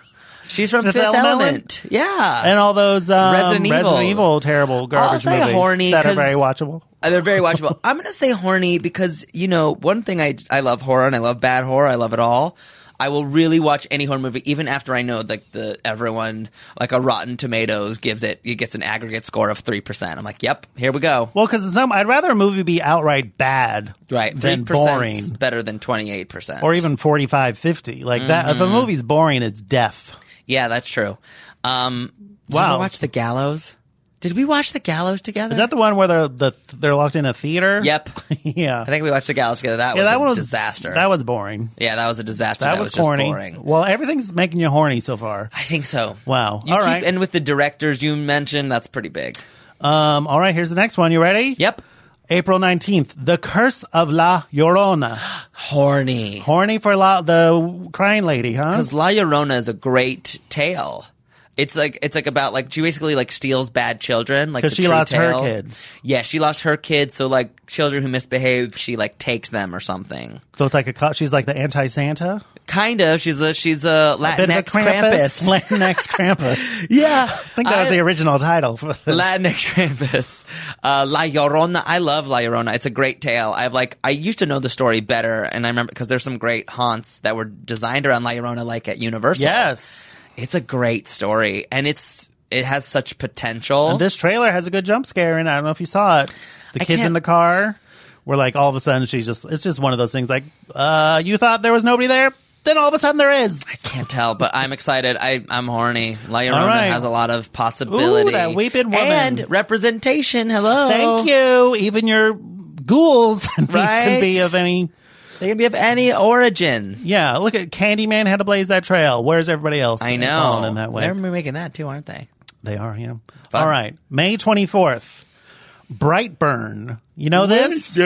Speaker 3: She's from
Speaker 2: Fifth
Speaker 3: Fifth,
Speaker 2: Element?
Speaker 3: Element. Yeah.
Speaker 2: And all those um,
Speaker 3: Resident Evil.
Speaker 2: terrible garbage
Speaker 3: say
Speaker 2: movies
Speaker 3: horny
Speaker 2: that are
Speaker 3: 'cause-
Speaker 2: very watchable.
Speaker 3: Uh, They're very watchable. I'm gonna say horny because you know one thing I I love horror and I love bad horror. I love it all. I will really watch any horror movie, even after I know like the everyone like a Rotten Tomatoes gives it it gets an aggregate score of three percent. I'm like, yep, here we go.
Speaker 2: Well, because some, I'd rather a movie be outright bad
Speaker 3: Right,
Speaker 2: than
Speaker 3: 3%
Speaker 2: boring,
Speaker 3: is better than twenty eight percent,
Speaker 2: or even 45, 50. Like that. If a
Speaker 3: Mm-hmm.
Speaker 2: movie's boring, it's deaf.
Speaker 3: yeah, that's true. Um, did
Speaker 2: Wow.
Speaker 3: you ever watch The Gallows? Did we watch The Gallows together?
Speaker 2: Is that the one where they're the, they're locked in a theater?
Speaker 3: yep,
Speaker 2: yeah.
Speaker 3: I think we watched The Gallows together. That
Speaker 2: yeah,
Speaker 3: was
Speaker 2: that
Speaker 3: a
Speaker 2: one was
Speaker 3: disaster.
Speaker 2: That was boring.
Speaker 3: yeah, that was a disaster.
Speaker 2: That,
Speaker 3: That,
Speaker 2: was,
Speaker 3: just
Speaker 2: corny.
Speaker 3: boring.
Speaker 2: Well, everything's making you horny so far.
Speaker 3: I think so.
Speaker 2: Wow.
Speaker 3: You
Speaker 2: All
Speaker 3: keep-
Speaker 2: right.
Speaker 3: And with the directors you mentioned, that's pretty big.
Speaker 2: Um. All right. Here's the next one. You ready?
Speaker 3: Yep.
Speaker 2: April nineteenth. The Curse of La Llorona.
Speaker 3: Horny.
Speaker 2: horny for La the crying lady, huh?
Speaker 3: Because La Llorona is a great tale. It's like it's like about like she basically like steals bad children like the
Speaker 2: Because she
Speaker 3: true
Speaker 2: lost her
Speaker 3: tale.
Speaker 2: kids.
Speaker 3: Yeah, she lost her kids. So like children who misbehave, she like takes them or something.
Speaker 2: So it's like a co- she's like the anti Santa.
Speaker 3: Kind of. She's a she's a
Speaker 2: Bit of a
Speaker 3: Latinx
Speaker 2: Krampus. Latinx Krampus.
Speaker 3: yeah, I
Speaker 2: I think that was the original title. For this.
Speaker 3: Latinx Krampus. Uh, La Llorona. I love La Llorona. It's a great tale. I've like, I used to know the story better, and I remember because there's some great haunts that were designed around La Llorona, like at Universal.
Speaker 2: yes.
Speaker 3: It's a great story, and it's, it has such potential.
Speaker 2: And this trailer has a good jump scare in. it. I don't know if you saw it. The
Speaker 3: I
Speaker 2: kids in
Speaker 3: can't-
Speaker 2: the car were like, all of a sudden, she's just, it's just one of those things like, uh, you thought there was nobody there? Then all of a sudden there is.
Speaker 3: I can't tell, but I'm excited. I, I'm horny. La Llorona
Speaker 2: All right.
Speaker 3: has a lot of possibility.
Speaker 2: Ooh, that weeping woman.
Speaker 3: And representation. Hello.
Speaker 2: Thank you. Even your ghouls can
Speaker 3: Oh. Right.
Speaker 2: be of any.
Speaker 3: They can be of any origin.
Speaker 2: Yeah, look at Candyman had to blaze that trail. Where's everybody else?
Speaker 3: I
Speaker 2: following
Speaker 3: know.
Speaker 2: in that way.
Speaker 3: They're making that too, aren't they?
Speaker 2: They are, yeah.
Speaker 3: Fun.
Speaker 2: All right. May 24th, Brightburn. You know this?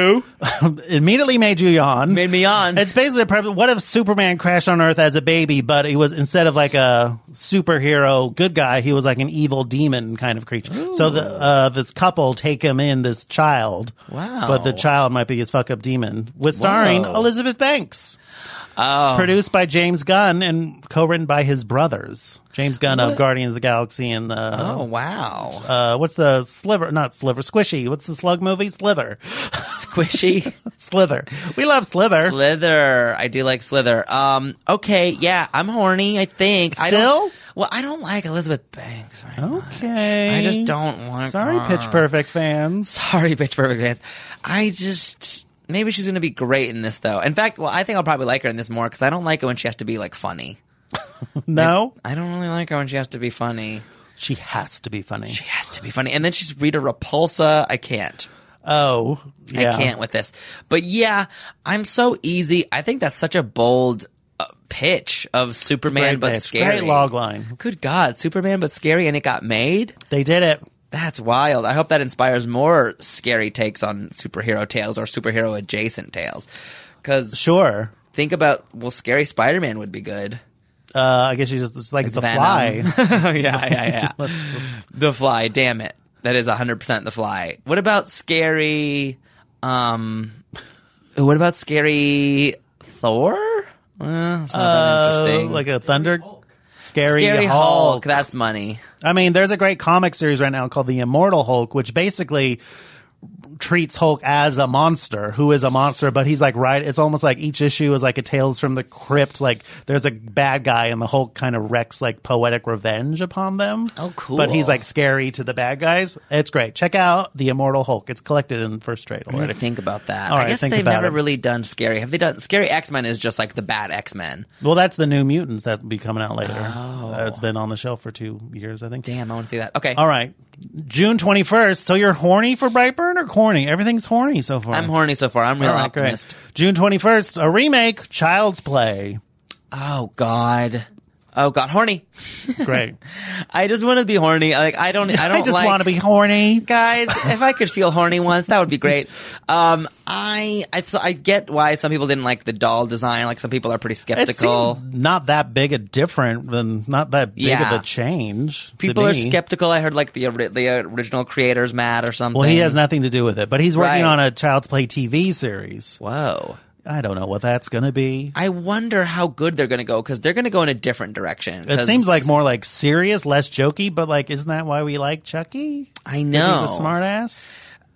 Speaker 2: Immediately made you yawn.
Speaker 3: Made me yawn.
Speaker 2: It's basically the premise. What if Superman crashed on Earth as a baby, but he was instead of like a superhero good guy, he was like an evil demon kind of creature. So the uh, this couple take him in this child.
Speaker 3: Wow.
Speaker 2: But the child might be his fuck up demon. With starring
Speaker 3: Whoa.
Speaker 2: Elizabeth Banks.
Speaker 3: Oh.
Speaker 2: Produced by James Gunn and co-written by his brothers. James Gunn of Guardians of the Galaxy and uh,
Speaker 3: oh wow.
Speaker 2: uh, what's the Sliver? Not Sliver. Squishy. What's the slug movie? Slither.
Speaker 3: Squishy.
Speaker 2: Slither. We love Slither.
Speaker 3: Slither. I do like Slither. Um, okay, yeah, I'm horny, I think. I don't,
Speaker 2: Still?
Speaker 3: well, I don't like Elizabeth Banks. Right
Speaker 2: okay.
Speaker 3: I just don't want
Speaker 2: Sorry,
Speaker 3: her.
Speaker 2: Pitch Perfect fans.
Speaker 3: Sorry, Pitch Perfect fans. I just maybe she's gonna be great in this though. In fact, well, I think I'll probably like her in this more because I don't like it when she has to be like funny.
Speaker 2: No,
Speaker 3: I don't really like her when she has to be funny.
Speaker 2: she has to be funny.
Speaker 3: She has to be funny, and then she's Rita Repulsa. I can't.
Speaker 2: Oh, yeah.
Speaker 3: I can't with this. But yeah, I'm so easy. I think that's such a bold uh, pitch of Superman
Speaker 2: Great
Speaker 3: but
Speaker 2: pitch.
Speaker 3: scary.
Speaker 2: Great log line.
Speaker 3: Good God, Superman but scary, and it got made.
Speaker 2: They did it.
Speaker 3: That's wild. I hope that inspires more scary takes on superhero tales or superhero adjacent tales. Because
Speaker 2: Sure.
Speaker 3: think about well, scary Spider-Man would be good.
Speaker 2: Uh, I guess you just it's like the
Speaker 3: Venom.
Speaker 2: fly.
Speaker 3: yeah, yeah, yeah. the Fly. Damn it, that is hundred percent the Fly. What about scary? Um, what about scary Thor? Well, it's not that
Speaker 2: Uh,
Speaker 3: interesting.
Speaker 2: like a thunder. Scary,
Speaker 3: scary
Speaker 2: Hulk.
Speaker 3: Hulk. That's money.
Speaker 2: I mean, there's a great comic series right now called The Immortal Hulk, which basically treats Hulk as a monster who is a monster, but he's like right. It's almost like each issue is like a Tales from the Crypt. Like there's a bad guy, and the Hulk kind of wrecks like poetic revenge upon them.
Speaker 3: Oh, cool.
Speaker 2: But he's like scary to the bad guys. It's great. Check out The Immortal Hulk. It's collected in first trade
Speaker 3: I
Speaker 2: already.
Speaker 3: think about that.
Speaker 2: All
Speaker 3: I
Speaker 2: right,
Speaker 3: guess
Speaker 2: think
Speaker 3: they've
Speaker 2: about
Speaker 3: never
Speaker 2: it.
Speaker 3: really done scary. Have they done scary X Men? Is just like the bad X Men.
Speaker 2: Well, that's the New Mutants that will be coming out later.
Speaker 3: Oh.
Speaker 2: Uh, it's been on the shelf for two years, I think.
Speaker 3: Damn, I want to see that. Okay,
Speaker 2: All right. June 21st. So you're horny for Brightburn or corny? Everything's horny so far.
Speaker 3: I'm horny so far. I'm real
Speaker 2: All right, great.
Speaker 3: optimist.
Speaker 2: June 21st, a remake, Child's Play.
Speaker 3: Oh God. Oh God, horny.
Speaker 2: Great.
Speaker 3: I just want to be horny. Like I don't. I
Speaker 2: I,
Speaker 3: don't
Speaker 2: just
Speaker 3: like.
Speaker 2: want to be horny.
Speaker 3: guys if i could feel horny once that would be great um i i, so I get why some people didn't like the doll design like some people are pretty
Speaker 2: It's
Speaker 3: skeptical
Speaker 2: not that big a different than not that big
Speaker 3: Yeah.
Speaker 2: of a change. to
Speaker 3: people are
Speaker 2: me.
Speaker 3: skeptical i heard like the ori- the original creators mad or something
Speaker 2: Well, he has nothing to do with it, but he's working
Speaker 3: Right.
Speaker 2: on a Child's Play TV series.
Speaker 3: whoa
Speaker 2: I don't know what that's going to be.
Speaker 3: i wonder how good they're gonna go because they're gonna go in a different direction
Speaker 2: It
Speaker 3: 'cause
Speaker 2: seems like more like serious, less jokey, but like, isn't that why we like Chucky?
Speaker 3: i know
Speaker 2: He's a smart ass.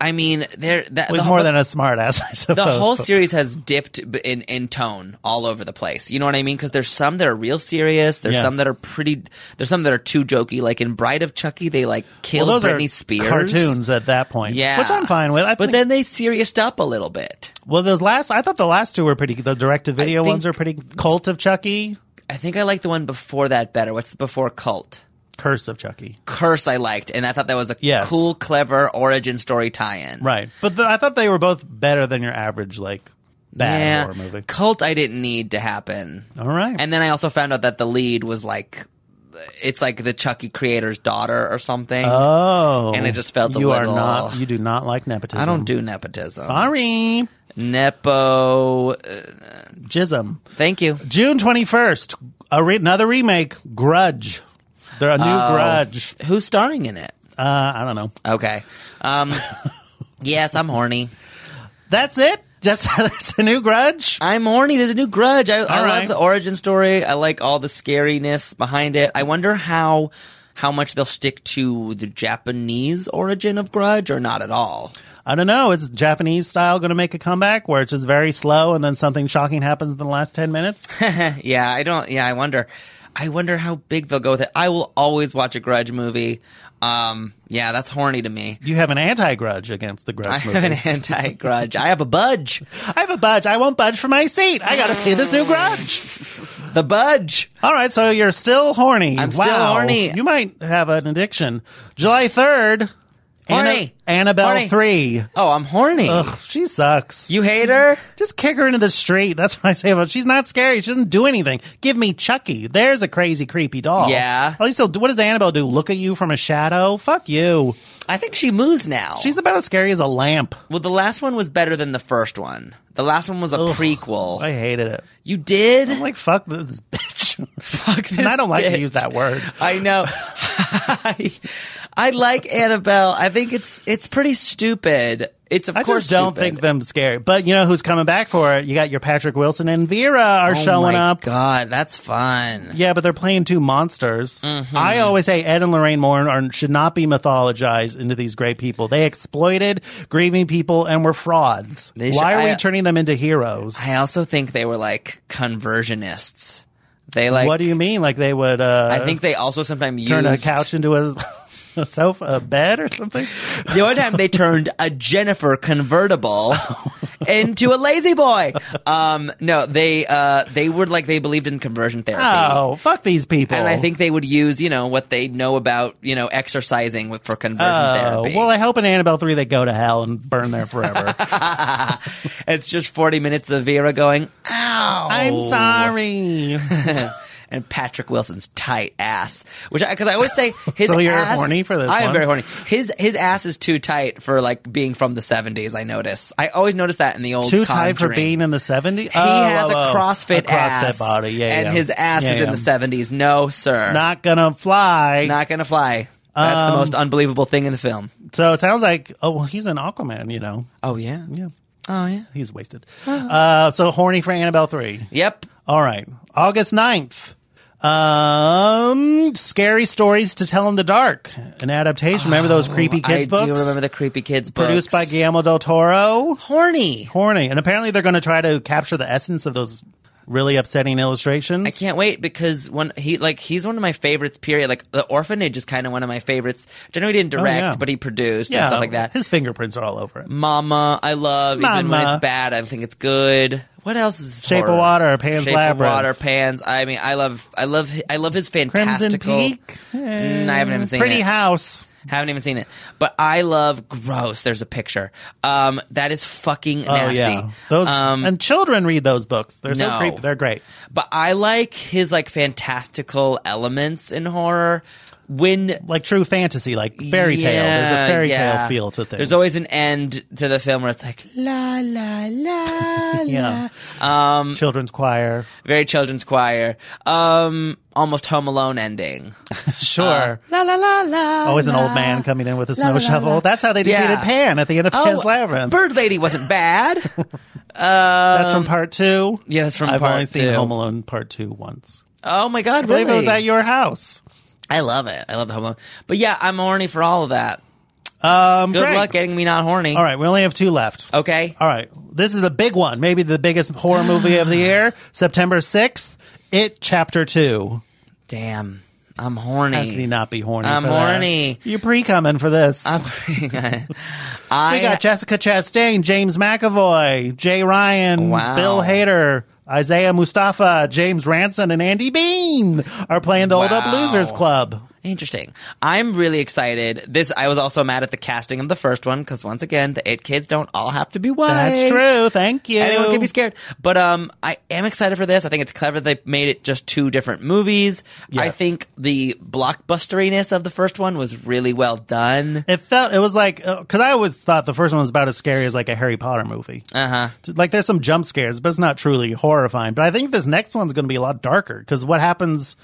Speaker 3: i mean there that
Speaker 2: Well,
Speaker 3: the
Speaker 2: he's more
Speaker 3: whole-
Speaker 2: than a smart ass, I suppose.
Speaker 3: the whole
Speaker 2: but-
Speaker 3: series has dipped b- in in tone all over the place. You know what I mean? Because there's some that are real serious. There's
Speaker 2: Yes.
Speaker 3: some that are pretty. There's some that are too jokey. Like in Bride of Chucky, they like killed
Speaker 2: well, those
Speaker 3: Britney
Speaker 2: are
Speaker 3: Spears.
Speaker 2: cartoons at that point.
Speaker 3: Yeah,
Speaker 2: which I'm fine with. I
Speaker 3: but
Speaker 2: think-
Speaker 3: then they serious up a little bit.
Speaker 2: Well, those last, I thought the last two were pretty. The direct-to-video
Speaker 3: I think-
Speaker 2: ones are pretty. Cult of Chucky,
Speaker 3: I think I like the one before that better. What's the before Cult?
Speaker 2: Curse of Chucky,
Speaker 3: Curse I liked, and I thought that was a
Speaker 2: Yes.
Speaker 3: cool, clever origin story tie-in.
Speaker 2: right? But the, I thought they were both better than your average like bad
Speaker 3: yeah,
Speaker 2: horror movie.
Speaker 3: Cult I didn't need to happen.
Speaker 2: All right,
Speaker 3: And then I also found out that the lead was like, it's like the Chucky creator's daughter or something.
Speaker 2: oh,
Speaker 3: and it just felt a
Speaker 2: you
Speaker 3: little-
Speaker 2: are not. You do not like nepotism.
Speaker 3: I don't do nepotism.
Speaker 2: Sorry,
Speaker 3: Nepo. uh,
Speaker 2: jism.
Speaker 3: thank you.
Speaker 2: June twenty first, a re- another remake, Grudge. They're a new
Speaker 3: Oh.
Speaker 2: Grudge.
Speaker 3: Who's starring in it?
Speaker 2: Uh, I don't know.
Speaker 3: Okay. Um, yes, I'm horny.
Speaker 2: That's it. Just there's a new Grudge.
Speaker 3: I'm horny. There's a new grudge. I, I love
Speaker 2: right.
Speaker 3: the origin story. I like all the scariness behind it. I wonder how. How much they'll stick to the Japanese origin of Grudge or not at all?
Speaker 2: I don't know. Is Japanese style going to make a comeback where it's just very slow and then something shocking happens in the last 10 minutes?
Speaker 3: yeah, I don't. Yeah, I wonder. I wonder how big they'll go with it. I will always watch a Grudge movie. Um, yeah, that's horny to me.
Speaker 2: you have an anti grudge against the grudge
Speaker 3: I have an
Speaker 2: movies.
Speaker 3: anti Grudge. I have a budge.
Speaker 2: I have a budge. I won't budge from my seat. I got to see this new grudge.
Speaker 3: The budge.
Speaker 2: All right. So you're still horny.
Speaker 3: I'm
Speaker 2: wow.
Speaker 3: still horny.
Speaker 2: You might have an addiction. July 3rd,
Speaker 3: Horny.
Speaker 2: Annabelle
Speaker 3: Horny.
Speaker 2: three.
Speaker 3: Oh, I'm horny.
Speaker 2: Ugh, she sucks.
Speaker 3: You hate her?
Speaker 2: Just kick her into the street. That's what I say about. She's not scary. She doesn't do anything. Give me Chucky. There's a crazy, creepy doll.
Speaker 3: Yeah.
Speaker 2: At least, he'll, what does Annabelle do? Look at you from a shadow? Fuck you.
Speaker 3: I think she moves now.
Speaker 2: She's about as scary as a lamp.
Speaker 3: well, the last one was better than the first one. The last one was a prequel.
Speaker 2: I hated it.
Speaker 3: you did?
Speaker 2: I'm like, fuck this bitch.
Speaker 3: Fuck this.
Speaker 2: and I don't like to
Speaker 3: bitch.
Speaker 2: use that word.
Speaker 3: I know. I, I like Annabelle. I think it's it's pretty stupid. It's of
Speaker 2: I
Speaker 3: course
Speaker 2: just don't
Speaker 3: stupid.
Speaker 2: think them scary. But you know who's coming back for it? You got your Patrick Wilson and Vera are
Speaker 3: Oh
Speaker 2: showing
Speaker 3: my
Speaker 2: up.
Speaker 3: God, that's fun.
Speaker 2: Yeah, but they're playing two monsters.
Speaker 3: Mm-hmm.
Speaker 2: I always say Ed and Lorraine Warren are, should not be mythologized into these great people. They exploited grieving people and were frauds.
Speaker 3: They
Speaker 2: Why
Speaker 3: should-
Speaker 2: are
Speaker 3: I-
Speaker 2: we turning them into heroes?
Speaker 3: I also think they were like conversionists. They like.
Speaker 2: what do you mean? Like they would? Uh,
Speaker 3: I think they also sometimes
Speaker 2: turn
Speaker 3: used,
Speaker 2: a couch into a, a sofa, a bed, or something.
Speaker 3: The one time they turned a Jennifer convertible into a lazy boy. Um, no, they uh, they were like they believed in conversion therapy.
Speaker 2: Oh, fuck these people!
Speaker 3: And I think they would use, you know, what they know about, you know, exercising with, for conversion
Speaker 2: Oh,
Speaker 3: therapy. Oh.
Speaker 2: well, I hope in Annabelle 3 they go to hell and burn there forever.
Speaker 3: it's just 40 minutes of Vera going, ow.
Speaker 2: I'm sorry.
Speaker 3: and Patrick Wilson's tight ass, which I because I always say his
Speaker 2: So you're
Speaker 3: ass-
Speaker 2: horny for this
Speaker 3: I am
Speaker 2: one?
Speaker 3: very horny. His his ass is too tight for like being from the seventies. I notice. I always notice that in the old
Speaker 2: Too tight for
Speaker 3: Conjuring.
Speaker 2: being in the Oh, 70s?
Speaker 3: He has a CrossFit, ass,
Speaker 2: body, yeah.
Speaker 3: and
Speaker 2: yeah.
Speaker 3: his ass
Speaker 2: Yeah,
Speaker 3: is in
Speaker 2: yeah.
Speaker 3: the seventies. No, sir, not,
Speaker 2: Not Um, gonna fly.
Speaker 3: gonna fly. That's the most unbelievable thing in the film.
Speaker 2: so it sounds like, oh, well, he's an Aquaman, you know.
Speaker 3: Oh yeah,
Speaker 2: Yeah,
Speaker 3: oh yeah,
Speaker 2: he's wasted.
Speaker 3: Uh-huh.
Speaker 2: Uh, so horny for Annabelle 3.
Speaker 3: yep.
Speaker 2: All right. August 9th. Um, Scary Stories to Tell in the Dark, an adaptation. remember those creepy kids
Speaker 3: Oh,
Speaker 2: books?
Speaker 3: I do remember the creepy kids books.
Speaker 2: Produced by Guillermo del Toro.
Speaker 3: Horny.
Speaker 2: horny. And apparently they're going to try to capture the essence of those really upsetting illustrations.
Speaker 3: I can't wait because when he like he's one of my favorites. Period. Like the orphanage is kind of one of my favorites. I know he didn't direct,
Speaker 2: Oh, yeah.
Speaker 3: but he produced and stuff like that. Mm,
Speaker 2: His fingerprints are all over it.
Speaker 3: Mama, I love even when
Speaker 2: Mama.
Speaker 3: it's bad. I think it's good. What else is
Speaker 2: Shape of
Speaker 3: horror?
Speaker 2: Water, Pan's
Speaker 3: Shape
Speaker 2: Labyrinth.
Speaker 3: of Water, Pans. I mean, I love, I love, I love his
Speaker 2: Crimson
Speaker 3: fantastical.
Speaker 2: Peak. Eh,
Speaker 3: Mm, I haven't even seen
Speaker 2: Pretty
Speaker 3: it.
Speaker 2: House.
Speaker 3: Haven't even seen it, but I love gross. There's a picture. Um, that is fucking nasty.
Speaker 2: Oh yeah, those
Speaker 3: um,
Speaker 2: and children read those books. They're so
Speaker 3: no.
Speaker 2: creepy. They're great.
Speaker 3: but I like his like fantastical elements in horror. When
Speaker 2: Like true fantasy, like fairy tale. There's
Speaker 3: Yeah,
Speaker 2: a fairy
Speaker 3: yeah.
Speaker 2: tale feel to things.
Speaker 3: There's always an end to the film where it's like la la la
Speaker 2: Yeah.
Speaker 3: la. Um,
Speaker 2: children's choir.
Speaker 3: very children's choir. Um, almost Home Alone ending.
Speaker 2: Sure.
Speaker 3: Uh, La la la la.
Speaker 2: always an
Speaker 3: la.
Speaker 2: old man coming in with a snow
Speaker 3: la, la,
Speaker 2: shovel.
Speaker 3: la.
Speaker 2: That's how they defeated
Speaker 3: Yeah. Oh,
Speaker 2: Pan at the end of Pan's Labyrinth.
Speaker 3: Bird Lady wasn't bad.
Speaker 2: That's from part two.
Speaker 3: yeah, that's from
Speaker 2: I've
Speaker 3: part
Speaker 2: only seen
Speaker 3: two.
Speaker 2: Home Alone part two once.
Speaker 3: oh my god,
Speaker 2: I
Speaker 3: really?
Speaker 2: believe it was at your house.
Speaker 3: I love it. I love the Home Alone. But yeah, I'm horny for all of that.
Speaker 2: Um,
Speaker 3: Good
Speaker 2: great.
Speaker 3: luck getting me not horny.
Speaker 2: All right, we only have two left.
Speaker 3: Okay.
Speaker 2: All right, this is a big one, maybe the biggest horror movie of the year. September sixth, It Chapter Two.
Speaker 3: Damn. I'm
Speaker 2: How could you
Speaker 3: horny.
Speaker 2: not be horny?
Speaker 3: I'm
Speaker 2: for that?
Speaker 3: horny.
Speaker 2: You're pre coming for this.
Speaker 3: I
Speaker 2: we got Jessica Chastain, James McAvoy, Jay Ryan,
Speaker 3: Wow.
Speaker 2: Bill Hader. Isaiah Mustafa, James Ranson, and Andy Bean are playing the Old Up
Speaker 3: Wow.
Speaker 2: Losers Club.
Speaker 3: Interesting. I'm really excited. This I was also mad at the casting of the first one because once again, the eight kids don't all have to be white.
Speaker 2: That's true. Thank you.
Speaker 3: Anyone can be scared, but um, I am excited for this. I think it's clever they made it just two different movies. I
Speaker 2: Yes.
Speaker 3: think the blockbusteriness of the first one was really well done.
Speaker 2: It felt it was like because I always thought the first one was about as scary as like a Harry Potter movie.
Speaker 3: Uh huh.
Speaker 2: Like there's some jump scares, but it's not truly horrifying. But I think this next one's going to be a lot darker because what happens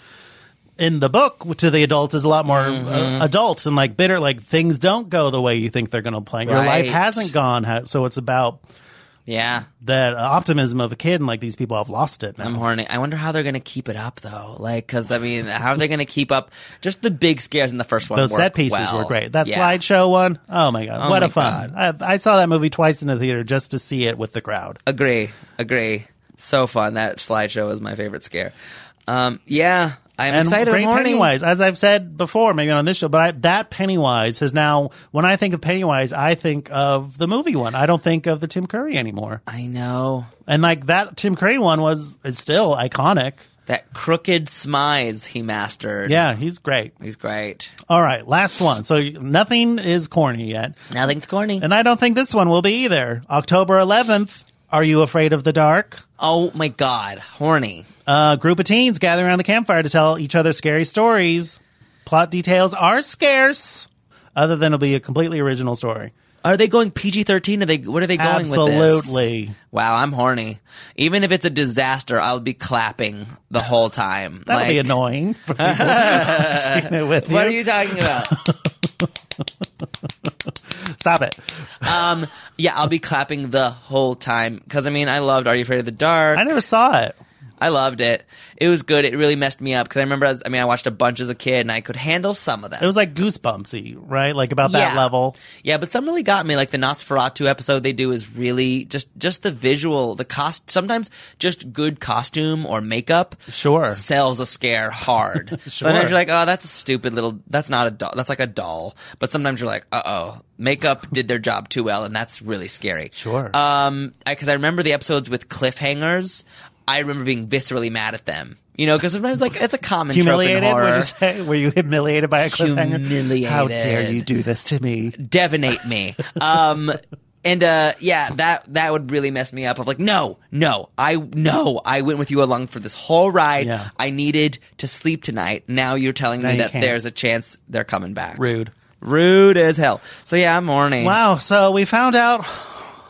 Speaker 2: in the book to the adult is a lot more
Speaker 3: Mm-hmm.
Speaker 2: uh, adults and like bitter. Like things don't go the way you think they're going to play. Your
Speaker 3: Right.
Speaker 2: life hasn't gone. ho- So it's about
Speaker 3: Yeah,
Speaker 2: that optimism of a kid and like these people have lost it. Now.
Speaker 3: I'm horny. I wonder how they're gonna keep it up though. Like, because I mean, how are they gonna keep up? Just the big scares in the first one.
Speaker 2: Those
Speaker 3: work
Speaker 2: set pieces
Speaker 3: well.
Speaker 2: were great. That
Speaker 3: Yeah.
Speaker 2: slideshow one, oh my god, what
Speaker 3: my
Speaker 2: a fun! I, I saw that movie twice in the theater just to see it with the crowd.
Speaker 3: Agree. Agree. So fun. That slideshow is my favorite scare. Um, yeah, I'm
Speaker 2: and
Speaker 3: excited.
Speaker 2: great
Speaker 3: I'm horny.
Speaker 2: Pennywise, as I've said before, maybe on this show, but I, that Pennywise has now. When I think of Pennywise, I think of the movie one. I don't think of the Tim Curry anymore.
Speaker 3: I know.
Speaker 2: And like that Tim Curry one was is still iconic.
Speaker 3: That crooked smize he mastered.
Speaker 2: Yeah, he's great.
Speaker 3: He's great.
Speaker 2: All right, last one. So nothing is corny yet.
Speaker 3: Nothing's corny.
Speaker 2: And I don't think this one will be either. October 11th, Are You Afraid of the Dark?
Speaker 3: Oh my god, horny.
Speaker 2: A group of teens gather around the campfire to tell each other scary stories. Plot details are scarce, other than it'll be a completely original story.
Speaker 3: Are they going PG thirteen? Are they? What are they going with this?
Speaker 2: Absolutely.
Speaker 3: Wow, I'm horny. Even if it's a disaster, I'll be clapping the whole time.
Speaker 2: That'll be
Speaker 3: Like,
Speaker 2: annoying for people who've seen it with
Speaker 3: What are
Speaker 2: you.
Speaker 3: you talking about?
Speaker 2: Stop it.
Speaker 3: um, yeah, I'll be clapping the whole time because I mean, I loved "Are You Afraid of the Dark."
Speaker 2: I never saw it.
Speaker 3: I loved it. It was good. It really messed me up because I remember. I, was, I mean, I watched a bunch as a kid, and I could handle some of them.
Speaker 2: It was like goosebumpsy, right? Like about that
Speaker 3: Yeah.
Speaker 2: level.
Speaker 3: yeah, but some really got me. Like the Nosferatu episode they do is really just just the visual, the cost. Sometimes just good costume or makeup
Speaker 2: Sure.
Speaker 3: sells a scare hard. Sometimes you're like, oh, that's a stupid little. That's not a doll. That's like a doll. But sometimes you're like, uh oh, makeup did their job too well, and that's really scary.
Speaker 2: Sure.
Speaker 3: Um, because I, remember the episodes with cliffhangers. I remember being viscerally mad at them. You know, because sometimes like it's a common trope in
Speaker 2: Humiliated? Would
Speaker 3: horror.
Speaker 2: you say? Were you humiliated by a cliffhanger?
Speaker 3: Humiliated.
Speaker 2: How dare you do this to me?
Speaker 3: Devinate me. Um. And uh, yeah, that that would really mess me up. I'm like, no, no, I no, I went with you along for this whole ride.
Speaker 2: Yeah.
Speaker 3: I needed to sleep tonight. Now you're telling
Speaker 2: you
Speaker 3: me that
Speaker 2: can't.
Speaker 3: there's a chance they're coming back.
Speaker 2: Rude.
Speaker 3: Rude as hell. So yeah, I'm horny.
Speaker 2: Wow. So we found out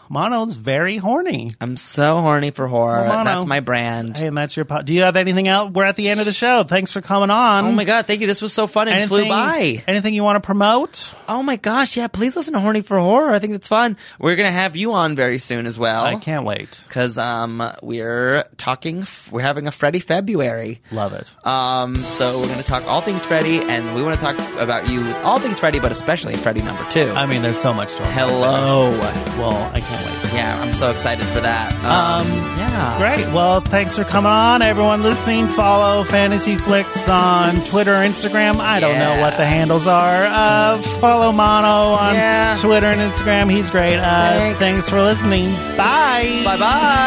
Speaker 2: Mono's very horny.
Speaker 3: I'm so horny for horror.
Speaker 2: Well, mono.
Speaker 3: That's my brand.
Speaker 2: Hey, and that's your. Po- do you have anything else? We're at the end of the show. Thanks for coming on.
Speaker 3: Oh my god, thank you. This was so fun. It flew by.
Speaker 2: Anything you want to promote?
Speaker 3: Oh my gosh, yeah, please listen to Horny for Horror. I think that's fun. We're going to have you on very soon as
Speaker 2: I
Speaker 3: well.
Speaker 2: can't wait.
Speaker 3: Because um, we're talking, f- we're having a Freddy February.
Speaker 2: Love it.
Speaker 3: Um, so we're going to talk all things Freddy, and we want to talk about you with all things Freddy, but especially Freddy number two.
Speaker 2: I mean, there's so much to unpack.
Speaker 3: Hello.
Speaker 2: Well, I can't wait.
Speaker 3: Yeah, I'm so excited for that.
Speaker 2: Um,
Speaker 3: yeah.
Speaker 2: Great. Well, thanks for coming on, everyone listening. Follow Fantasy Flicks on Twitter, Instagram. I don't know
Speaker 3: Yeah.
Speaker 2: what the handles are. Uh, follow Mono on
Speaker 3: Yeah.
Speaker 2: Twitter and Instagram. He's great. Uh,
Speaker 3: Thanks.
Speaker 2: thanks for listening. Bye.
Speaker 3: Bye bye.